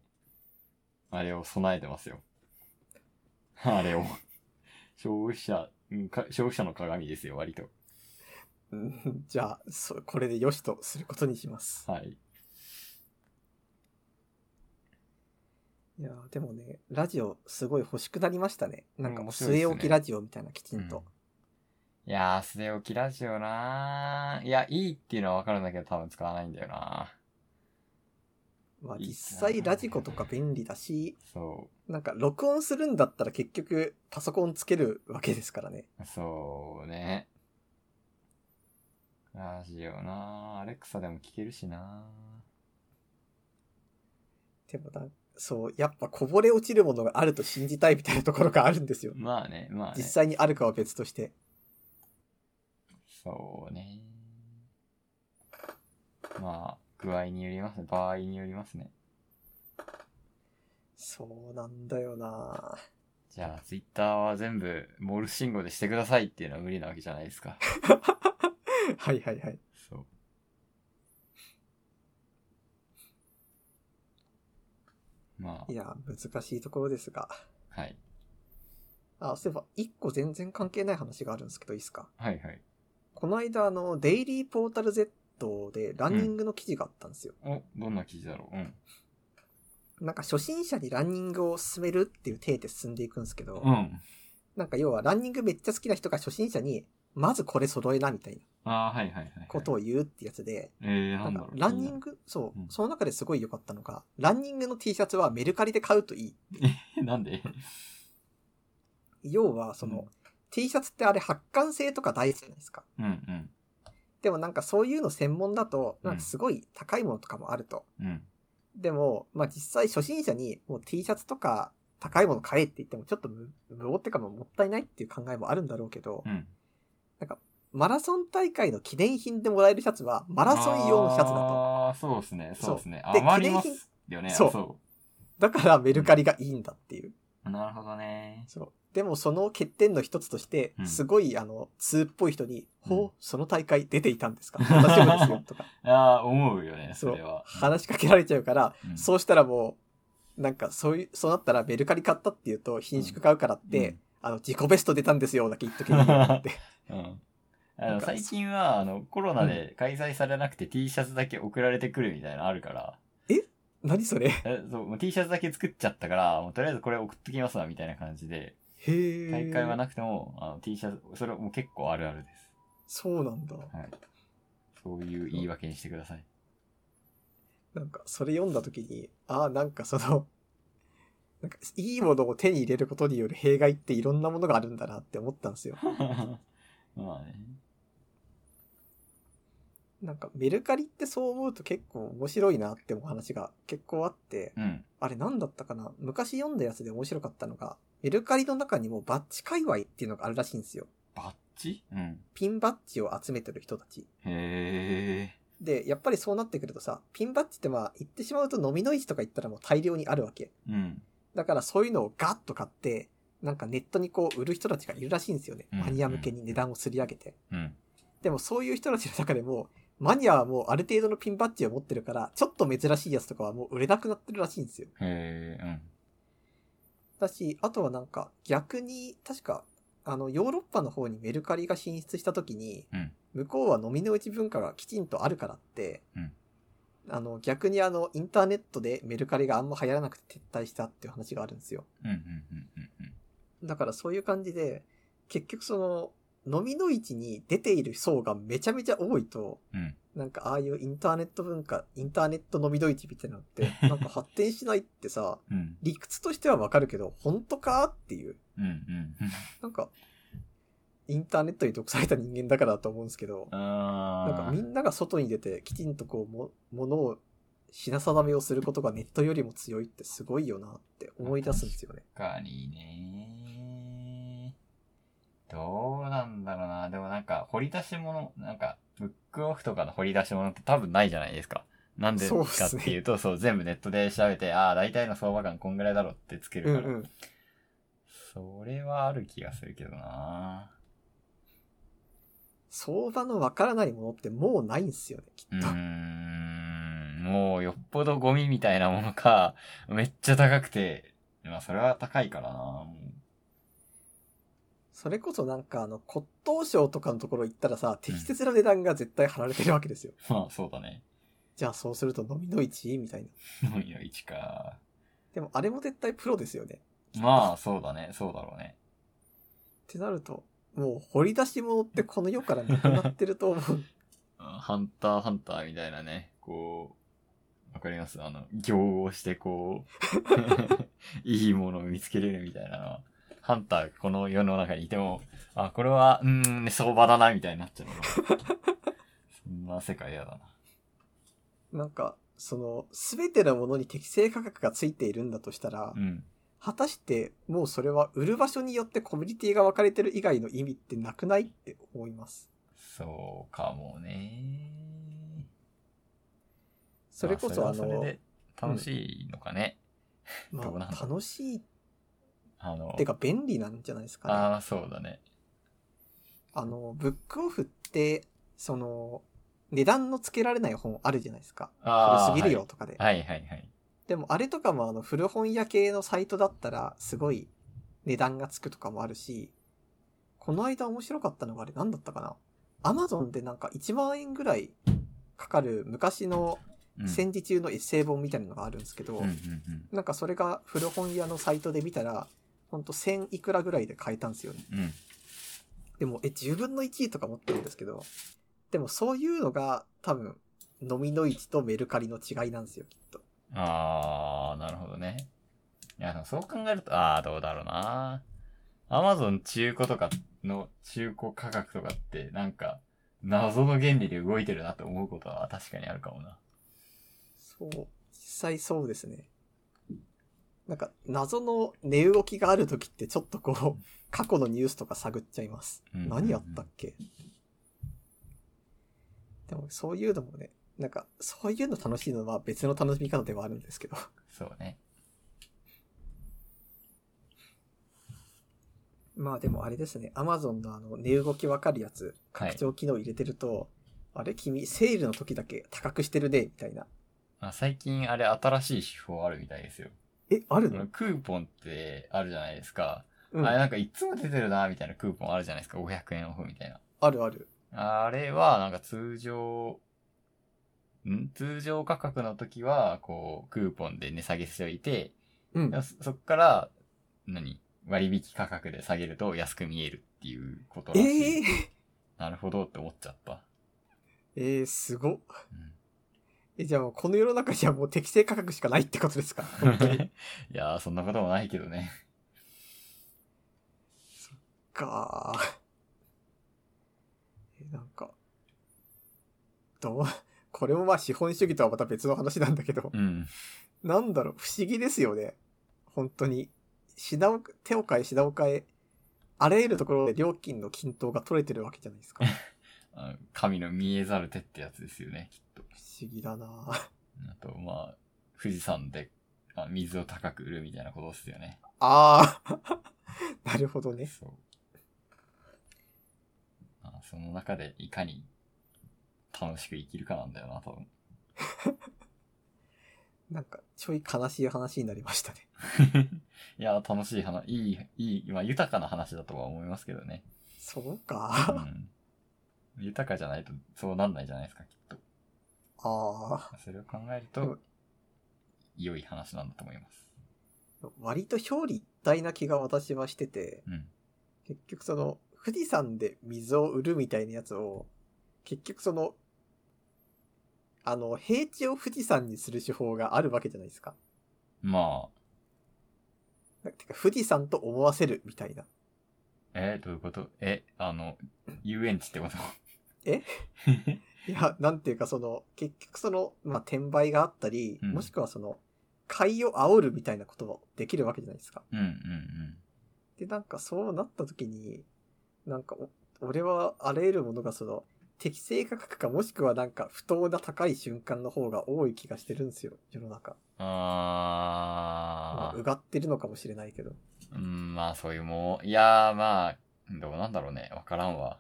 あれを備えてますよ。 [laughs] あれを。消費者、うんか消費者の鏡ですよ、割と。うんじゃあ、そうこれで良しとすることにします。はい。いやーでもね、ラジオすごい欲しくなりましたね。なんかうんもう面白いっすね据え置きラジオみたいなきちんと。いやー、据え置きラジオなー。いや、いいっていうのはわかるんだけど、多分使わないんだよな。まあいいっ実すね際ラジコとか便利だし、そなんか録音するんだったら結局パソコンつけるわけですからね。う、そうね。ラジオなー。アレクサでも聞けるしなでもな、そう、やっぱこぼれ落ちるものがあると信じたいみたいなところがあるんですよー。。まあね、まあ実ね。際にあるかは別として。そうね。まあ、具合によりますね。場合によりますね。そうなん [laughs] だよなじゃあ、ツイッターは全部モールス信号でしてくださいっていうのは無理なわけじゃないですか。はいはいはい。そう。まいや、難しいところですが。あ、はい。あ、そういえば、一個全然関係ない話があるんですけど、いいですかはいはい。この間、あの、デイリーポータル Z でランニングの記事があったんですよ。お、どんな記事だろううん。なんか初心者にランニングを進めるっていう体で進んでいくんですけど、うん。なんか要はランニングめっちゃ好きな人が初心者に、まずこれ揃えなみたいなああ、はいはいはい、はい。ことを言うってやつで、えー、ななんんだかろう。ランニング、そうう、んその中ですごい良かったのが、ランニングの T シャツはメルカリで買うといい。気になるなんで要は、その、うん T シャツってあれ発汗性とか大事じゃないですか。うんでもなんかそういうの専門だと、うんなんかすごい高いものとかもあると。うん。うん。でも、まあ実際初心者にもう T シャツとか高いもの買えって言ってもちょっと無無謀ってかもうもったいないっていう考えもあるんだろうけど、うん。マラソン大会の記念品でもらえるシャツはマラソン用のシャツだと。ああ、そうですね。そうですね。で余りま記念すよね。そうそだからメルカリがいいんだっていう。う。なるほどね。そう。でもその欠点の一つとしてう、んすごいあの、通っぽい人に、うんほう、その大会出ていたんですか大丈夫ですよとか。ああ、思うよね、そそうれは。。話しかけられちゃうから、うんそうしたらもう、なんかそういう、そうなったらメルカリ買ったっていうと、品種買うからって、うんあの、自己ベスト出たんですよ、だけ言っとけばいいよ [laughs] って。うん。あなんのか最近はあのコロナで開催されなくて T シャツだけ送られてくるみたいなのあるから、何それへえそうもう T シャツだけ作っちゃったから、もうとりあえずこれ送っときますわみたいな感じで、え。大会はなくてもあの T シャツ、それもう結構あるあるです。そうなんだ。はい。そういう言い訳にしてくださ [laughs] い。なんか、それ読んだ時に、ああ、なんかその、 [laughs] なんか、いいものを手に入れることによる弊害っていろんなものがあるんだなって思ったんですよ。まあね。なんか、メルカリってそう思うと結構面白いなってお話が結構あって、うん。あれ何だったかな昔読んだやつで面白かったのが、メルカリの中にもバッチ界隈っていうのがあるらしいんですよ。バッチうん。ピンバッジを集めてる人たち。へえ。で、やっぱりそうなってくるとさ、ピンバッジってまあ言ってしまうと飲みの市とか行ったらもう大量にあるわけ。うん。だからそういうのをガッと買って、なんかネットにこう売る人たちがいるらしいんですよね。うんマニア向けに値段をすり上げて。うん。でもそういう人たちの中でも、マニアはもうある程度のピンバッジを持ってるから、ちょっと珍しいやつとかはもう売れなくなってるらしいんですよ。へえ。うん。だし、あとはなんか逆に、確か、あの、ヨーロッパの方にメルカリが進出した時に、うん向こうは飲みの市文化がきちんとあるからって、うんあの、逆にあの、インターネットでメルカリがあんま流行らなくて撤退したっていう話があるんですよ。うんうんうんうんうん。だからそういう感じで、結局その、飲みの市に出ている層がめちゃめちゃ多いと、うんなんかああいうインターネット文化、インターネット飲みの市みたいなのって、なんか発展しないってさ、うん。理屈としてはわかるけど、本当かっていう。うんうんうん。なんか、インターネットに毒された人間だからだと思うんですけど、あ [laughs] なんーかみんなが外に出てきちんとこうも、ものを品定めをすることがネットよりも強いってすごいよなって思い出すんですよね。確かにね。どうなんだろうな。でもなんか、掘り出し物、なんか、ブックオフとかの掘り出し物って多分ないじゃないですか。なんでそうかっすっねていうと、そう,、全部ネットで調べて、ああ、大体の相場感こんぐらいだろってつけうるんかうら。ん。それはある気がするけどな。相場のわからないものってもうないんですよね、きうっと。ーん、もうよっぽどゴミみたいなものか、めっちゃ高くて、まあそれは高いからな。もそれこそなんかあの、骨董商とかのところ行ったらさ、適切な値段が絶対貼られてるわけですよ。うまあそうだね。 [laughs] じゃあそうすると飲みの市みたいな。飲みの位置か。ででもあれも絶対プロですよね。まあ、そうだね。そうだろうね。ってなると、もう掘り出し物ってこの世からなくなってると思う。うんハンターハンターみたいなね、こう、わかりますあの、行をしてこ [laughs] う、いいものを見つけれるみたいなのは、ハンターこの世の中にいても、あ、これは、うーん、ね、相場だな、みたいになっちゃうの。そんな世界嫌だな。なんか、その、すべてのものに適正価格がついているんだとしたら、うん。果たしてもうそれは売る場所によってコミュニティが分かれてる以外の意味ってなくないって思います。そうかもね。それこそまあそれはそのれ、で楽しいのかね。まどうなんだあ、楽しいっあの、てか便利なんじゃないですかね。ああ、そうだね。あの、ブックオフって、その、値段のつけられない本あるじゃないですか。古ああ。すぎるよとかで。はい。はいはいはい。でもあれとかもあの古本屋系のサイトだったらすごい値段がつくとかもあるし、この間面白かったのがあれ何だったかなアマゾンでなんか1万円ぐらいかかる昔のうん戦時中のエッセイ本みたいなのがあるんですけど、うんうんうん。なんかそれが古本屋のサイトで見たら、ほんと1000いくらぐらいで買えたんですよね。うん。でも、え、10分の1とか持ってるんですけど、でもそういうのが多分、飲みの市とメルカリの違いなんですよ、きっと。あー、なるほどね。いや、でもそう考えると、あー、どうだろうな。アマゾン中古とかの中古価格とかって、なんか、謎の原理で動いてるなと思うことは確かにあるかもな。そう、実際そうですね。なんか、謎の値動きがある時ってちょっとこう、過去のニュースとか探っちゃいます。うん何やったっけでもそういうのもね、なんか、そういうの楽しいのは別の楽しみ方ではあるんですけど。そうね。 [laughs] まあでもあれですね、Amazon のあの、値動きわかるやつ、はい拡張機能入れてると、あれ君、セールの時だけ高くしてるね、みたいな。あ最近あれ新しい手法あるみたいですよ。え、あるあののクーポンってあるじゃないですか。うん。あれあなんかいつも出てるなみたいなクーポンあるじゃないですか。500円オフみたいな。るある。あれは、なんか通常、ん通常価格の時は、こう、クーポンで値下げしておいて、うん。そそっから、何割引価格で下げると安く見えるっていうことらしい。えー、なるほどって思っちゃった。えー、すごっ。うんえ、じゃあもうこの世の中にはもう適正価格しかないってことですか [laughs] 本当に。いやー、そんなこともないけどね。かーえ、なんか、どう、 [laughs] これもまあ資本主義とはまた別の話なんだけどう、ん。なんだろう、不思議ですよね。本当に。品を、手を変え品を変え、あらゆるところで料金の均等が取れてるわけじゃないですか。不あの神の見えざる手ってやつですよね、きっと。思議だなぁあと、まあ、富士山であ水を高く売るみたいなことですよね。ああ [laughs] なるほどね。そう。あその中でいかに楽しく生きるかなんだよな、多 [laughs] 分。なんか、ちょい悲しい話になりましたね。いや、楽しい話、いい、いい、まあ豊かな話だとは思いますけどね。そううか。ん。豊かじゃないとそうなんないじゃないですか、きっと。ああ。それを考えるでとも、良い話なんだと思います。割と表裏一体な気が私はしてて、うん。結局その、富士山で水を売るみたいなやつを、結局その、あの、平地を富士山にする手法があるわけじゃないですか。まあ、なんかてか富士山と思わせるみたいな。えどういうことえ、あの、遊園地ってこと [laughs] えいや、なんていうかその、結局その、まあ、転売があったり、うんもしくはその、買いを煽るみたいなこともできるわけじゃないですか。うんうんうん。で、なんかそうなった時に、なんかお、俺はあらゆるものがその、適正価格かもしくはなんか不当な高い瞬間の方が多い気がしてるんですよ、世の中。まああーう。がってるのかもしれないけど。うん、まあそういうもん。いやーまあ、どうなんだろうね。わからんわ。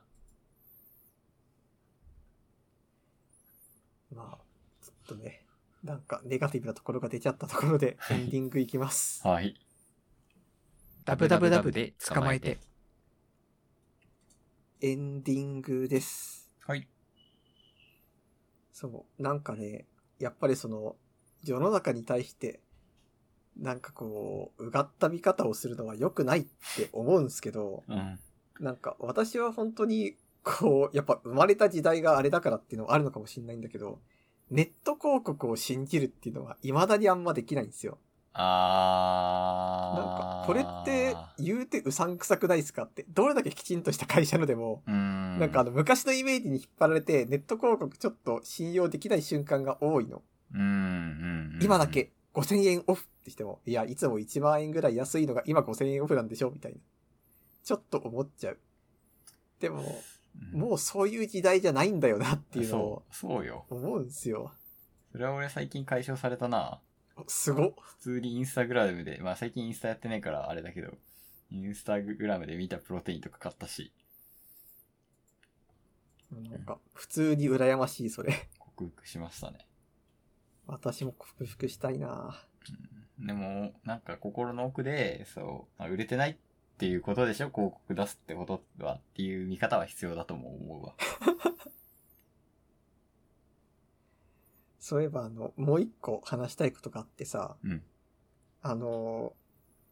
まあ、ちょっとね、なんかネガティブなところが出ちゃったとこ [laughs] ろでエンディングいきます。はい。ダブダブダブで捕まえて。エンディングです。はい。そう、なんかね、やっぱりその、世の中に対して、なんかこう、うがった見方をするのは良くないって思うんですけど、うん。なんか私は本当に、こう、やっぱ生まれた時代があれだからっていうのはあるのかもしれないんだけど、ネット広告を信じるっていうのは未だにあんまできないんですよ。なんかあ、これって言うてうさんくさくないですかって、どれだけきちんとした会社のでも、うん。なんかあの昔のイメージに引っ張られて、ネット広告ちょっと信用できない瞬間が多いの。うん、うんうん。今だけ5000円オフってしても、いや、いつも1万円ぐらい安いのが今5000円オフなんでしょみたいな。ちょっと思っちゃう。でも、うん、もうそういう時代じゃないんだよなっていうのをそう、そうよ。思うんすよ。それは俺最近解消されたな。おすごっ。普通にインスタグラムで、まあ最近インスタやってないからあれだけど、インスタグラムで見たプロテインとか買ったし、なんか、普通に羨ましい、それ。克服しましたね。私も克服したいなでも、なんか心の奥で、そう、まあ売れてないっていうことでしょ広告出すってことはっていう見方は必要だとも思うわ。そういえば、あの、もう一個話したいことがあってさ、うん。あの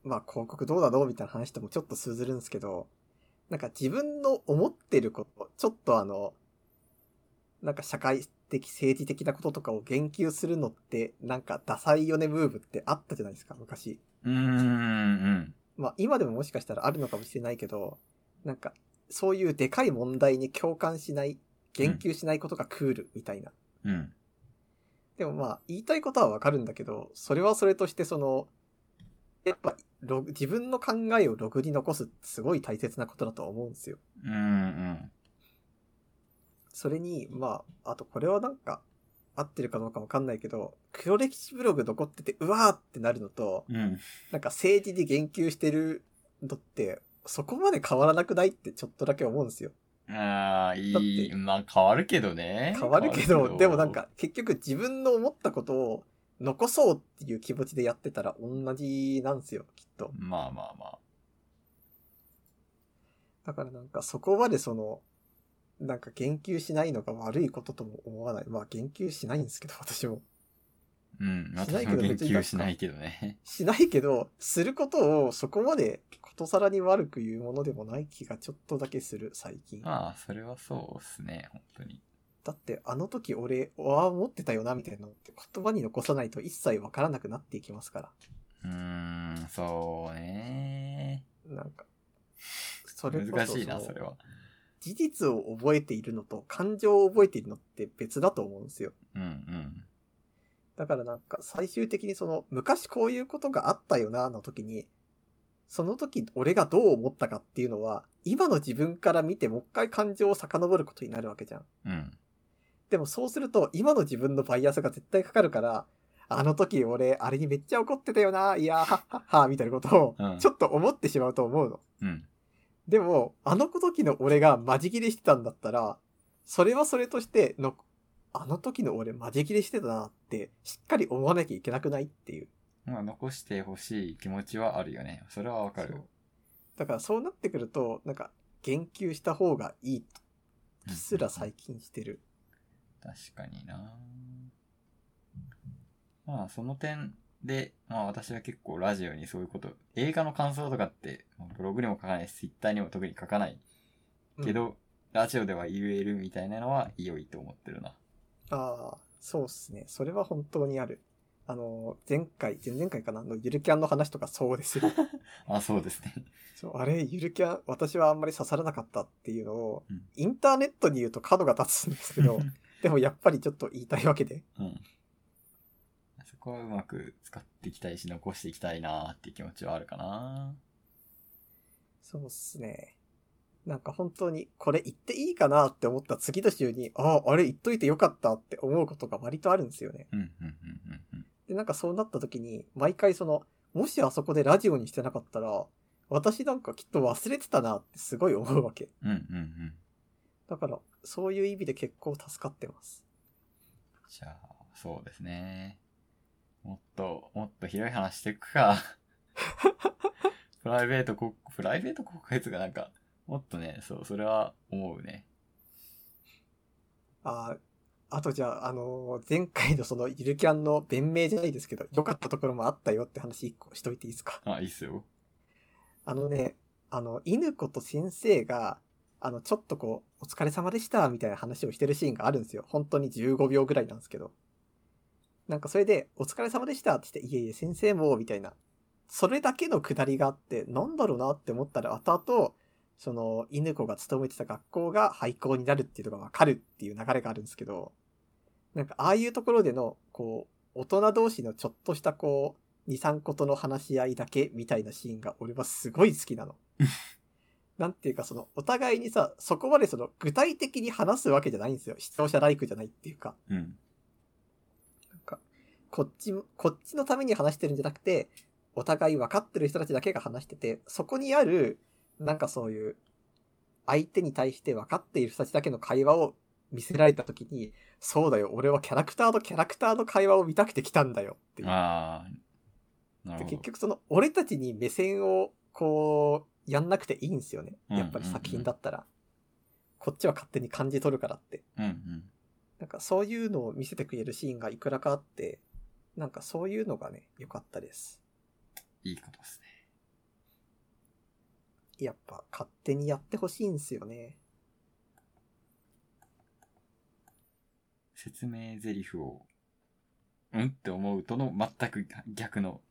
ーまあ、広告どうだろうみたいな話ともちょっと通ずるんですけど、なんか自分の思ってること、ちょっとあの、なんか社会的、政治的なこととかを言及するのって、なんかダサいよねムーブってあったじゃないですか、昔。うーん、まあ、今でももしかしたらあるのかもしれないけど、なんか、そういうでかい問題に共感しない、言及しないことがクールみたいな。うん、うん。でもまあ、言いたいことはわかるんだけど、それはそれとしてその、やっぱ、ログ自分の考えをログに残すってすごい大切なことだと思うんですよ。うん、うん。それに、まあ、あとこれはなんか、合ってるかどうかわかんないけど、黒歴史ブログ残ってて、うわーってなるのと、うん。なんか政治に言及してるのって、そこまで変わらなくないってちょっとだけ思うんですよ。ああ、いい。だまあ変わるけどね。変わるけど、でもなん、か結局自分の思ったことを残そうっていう気持ちでやってたら同じなんですよ、きっと。まあまあまあ。だからなんかそこまでその、なんか言及しないのが悪いこととも思わない。まあ言及しないんですけど、私も。うん。しない私けども言別になん及かしないけどね。しないけど、することをそこまでことさらに悪く言うものでもない気がちょっとだけする、最近。まあ、それはそうっすね、本当に。だってあの時俺、は思ってたよな、みたいなのって言葉に残さないと一切わからなくなっていきますから。うーん、そうね。なんか。それこそ難しいな、のそれは。事実を覚えているのと感情を覚えているのって別だと思うんですよ。うん、うん。だからなんか最終的にその昔こういうことがあったよなの時に、その時俺がどう思ったかっていうのは、今の自分から見てもう一回感情を遡ることになるわけじゃん。うん。でもそうすると今の自分のバイアスが絶対かかるから、あの時俺あれにめっちゃ怒ってたよな、いやーはっはっは、みたいなことうをんちょっと思ってしまうと思うの。うん。でも、あの時の俺がマジ切れしてたんだったら、それはそれとしての、あの時の俺マジ切れしてたなって、しっかり思わなきゃいけなくないっていう。まあ、残してほしい気持ちはあるよね。それはわかそるう。だからそうなってくると、なんか、言及した方がいい気すら最近してる。確かになまあ、その点で、まあ私は結構ラジオにそういうこと、映画の感想とかって、まあブログにも書かないし、ツイッターにも特に書かないけど、ラジオでは言えるみたいなのは良いと思ってるな。ああ、そうっすね。それは本当にある。あの、前回、前々回かなあの、ゆるキャンの話とかそう [laughs] ですよ。あ、そうですね。そうあれ、ゆるキャン、私はあんまり刺さらなかったっていうのを、うんインターネットに言うと角が立つんですけ [laughs] ど、 [laughs] でもやっぱりちょっと言いたいわけで。うん。そこはうまく使っていきたいし、残していきたいなーっていう気持ちはあるかなそうっすね。なんか本当にこれ言っていいかなって思った次の週に、ああ、あれ言っといてよかったって思うことが割とあるんですよね。うん、うん、うん、うん、で、なんかそうなった時に、毎回その、もしあそこでラジオにしてなかったら、私なんかきっと忘れてたなってすごい思うわけ。うん。うん、うん、うん。だから、そういう意味で結構助かってます。じゃあ、そうですね。もっと、もっと広い話していくか。プライベートこ、プライベート国家がなんか、もっとね、そう、それは思うね。ああ、あとじゃあ、あのー前回のそのゆるキャンの弁明じゃないですけど、良かったところもあったよって話一個しといていいですか。あ、いいっすよ。あのね、あの、犬子と先生が、あの、ちょっとこう、お疲れ様でした、みたいな話をしてるシーンがあるんですよ。本当に15秒ぐらいなんですけど。なんかそれで、お疲れ様でしたって言って、いえいえ、先生も、みたいな。それだけのくだりがあって、なんだろうなって思ったら、後々、その、犬子が勤めてた学校が廃校になるっていうのがわかるっていう流れがあるんですけど、なんか、ああいうところでの、こう、大人同士のちょっとしたこう、2、3個との話し合いだけみたいなシーンが俺はすごい好き [laughs] なの。なんていうかその、お互いにさ、そこまでその、具体的に話すわけじゃないんですよ。視聴者ライクじゃないっていうか。うん。なんか、こっちも、こっちのために話してるんじゃなくて、お互い分かってる人たちだけが話してて、そこにある、なんかそういう、相手に対して分かっている人たちだけの会話を見せられたときに、そうだよ、俺はキャラクターとキャラクターの会話を見たくて来たんだよっていう。ああ、なでるほ結ど。局その、俺たちに目線を、こう、やんなくていいんですよね。やっぱりうんうんうん作品だったら。こっちは勝手に感じ取るからって。うんうん。なんかそういうのを見せてくれるシーンがいくらかあって、なんかそういうのがね、良かったです。いいことですね。やっぱ勝手にやってほしいんですよね。説明台詞を、うんって思うとの全く逆の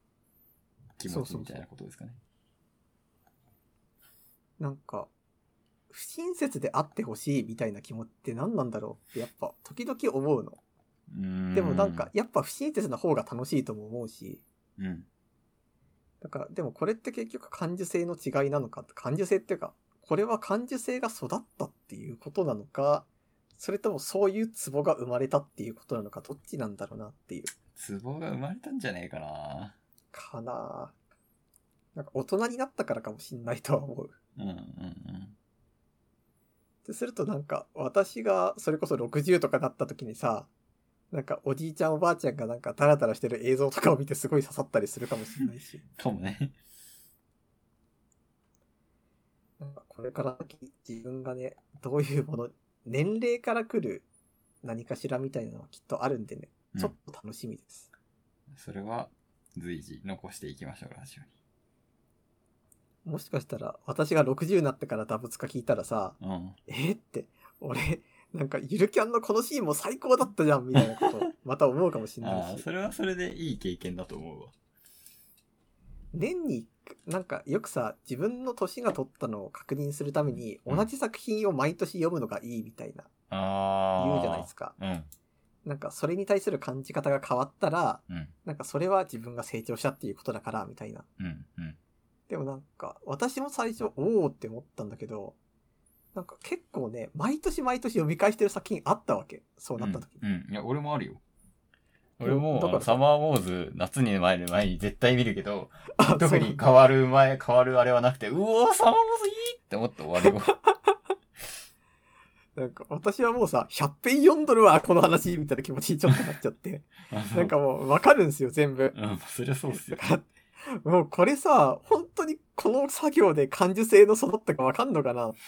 気そ持うそうそちうみたいなことですかね。なんか、不親切であってほしいみたいな気持ちって何なんだろうってやっぱ時々思うの。うーんでもなんか、やっぱ不親切な方が楽しいとも思うし、うん。だからでもこれって結局感受性の違いなのか、感受性っていうか、これは感受性が育ったっていうことなのか、それともそういうツボが生まれたっていうことなのか、どっちなんだろうなっていう。ツボが生まれたんじゃねえかな。かなぁなんか大人になったからかもしんないとは思う。うんうんうん。ってするとなんか私がそれこそ60とかだった時にさ、なんかおじいちゃんおばあちゃんがなんかダラダラしてる映像とかを見てすごい刺さったりするかもしんないし、かもね。なんかこれから先自分がね、どういうもの、年齢から来る何かしらみたいなのはきっとあるんでね、うんちょっと楽しみです。それは随時残していきましょう、ラジもしかしたら私が60になってからダブツカ聞いたらさ、オに。うん。えーって、俺、なんかゆるキャンのこのシーンも最高だったじゃんみたいな [laughs] こと、また思うかもしんなあいあ、しそ。れはそれでいい経験だと思うわ。年になんかよくさ自分の年が取ったのを確認するためにうん同じ作品を毎年読むのがいいみたいなああ。言うじゃないですか。うん。なんかそれに対する感じ方が変わったらうん。なんかそれは自分が成長したっていうことだからみたいな。うん。うん。でもなんか私も最初おおって思ったんだけどなんか結構ね毎年毎年読み返してる作品あったわけそうなった時に。うん。うんいや、俺もあるよ。俺も、だあからのサマーウォーズ、夏に前る前に絶対見るけど、あ特 [laughs] に変わる前、変わるあれはなくて、うおー、サマーウォーズいいって思って終わるよ。そうなんか私はもうさ100編読んどるわこの話みたいな気持ちにちょっとなっちゃって [laughs] なんかもうわかるんですよ全部。あの、 [laughs] うん、そりゃそうっすよ。もうこれさ、本当にこの作業で感受性の育ったかわかんのかなって。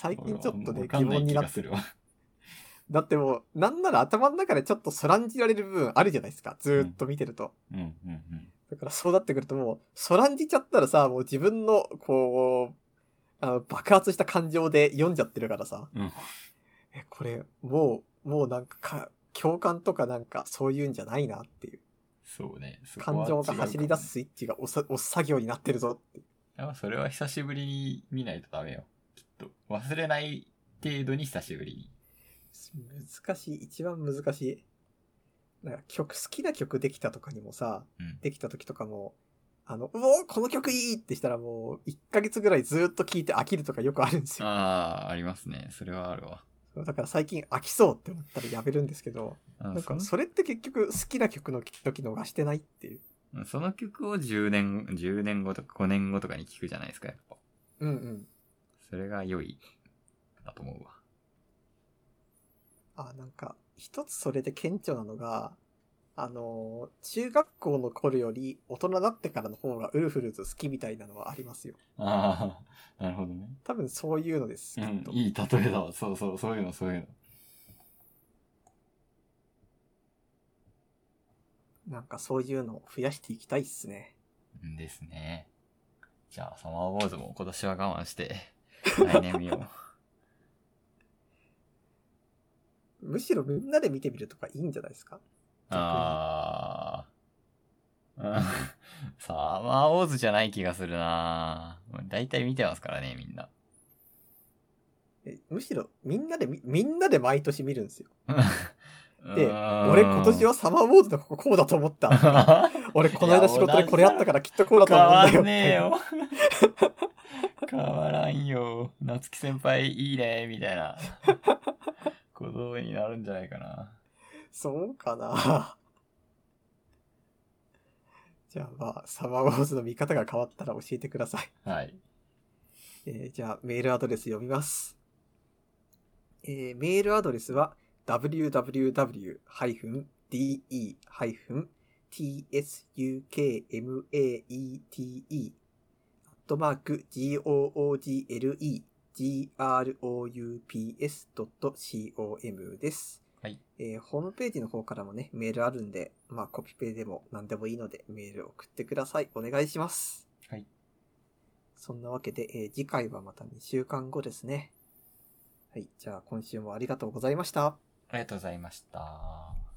最近ちょっとね、わか疑んない問に気ながってするる。わ。だってもう、なんなら頭の中でちょっとそらんじられる部分あるじゃないですか。ずーっと見てると。うん、うん、うん。だからそうなってくるともう、そらんじちゃったらさ、もう自分の、こう、あの爆発した感情で読んじゃってるからさ。うんえ、これ、もう、もうなんかか、共感とかなんかそういうんじゃないなっていう。そうね。そこ感は違情うかがも走り出す。スイッチが押さ押す作業になってるぞいやそれは久しぶりに見ないとダメよ。きっと。忘れない程度に久しぶりに。難しい一番難しいなんか曲好きな曲できたとかにもさうん。できた時とかもあの「うおーこの曲いい!」ってしたらもう1ヶ月ぐらいずーっと聴いて飽きるとかよくあるんですよああ、ありますね。それはあるわ。だから最近飽きそうって思ったらやめるんですけどあのなんそかのそれって結局好きな曲の時逃してないっていうその曲を10年、10年後とか5年後とかに聞くじゃないですか、やっぱ。うんうんそれが良い、だと思うわ。あなんか一つそれで顕著なのがあのー中学校の頃より大人になってからの方がウルフルズ好きみたいなのはありますよああ、なるほどね。多分そういうのですうきっんと、いい例えだわ。そうそう、そういうの、そういうの。なんかそういうのを増やしていきたいっすね。うんですね。じゃあ、サマーウォーズも今年は我慢して、来年見よむしろみんなで見てみるとかいいんじゃないですかう。あー。うん [laughs] サマーウォーズじゃない気がするなだいたい見てますからね、みんな。えむしろみんなでみ、みんなで毎年見るんですよ。 [laughs] で、うーん俺今年はサマーウォーズのこここうだと思った。俺この間仕事でこれやったからきっとこうだと [laughs] 変思うんだわよ。んねえよ。 [laughs] 変わらんよ。夏木先輩いいね、みた [laughs] いな。ことになるんじゃないかな。そうかな。じゃあまあ、サマーウォーズの見方が変わったら教えてください。はい。えーじゃあメールアドレス読みます。えーメールアドレスは www-de-tsukmaete アットマーク google-groups.com です。はい。えーホームページの方からもね、メールあるんで、まあコピペでも何でもいいのでメール送ってください。お願いします。はい。そんなわけで、えー次回はまた2週間後ですね。はい。じゃあ今週もありがとうございました。ありがとうございました。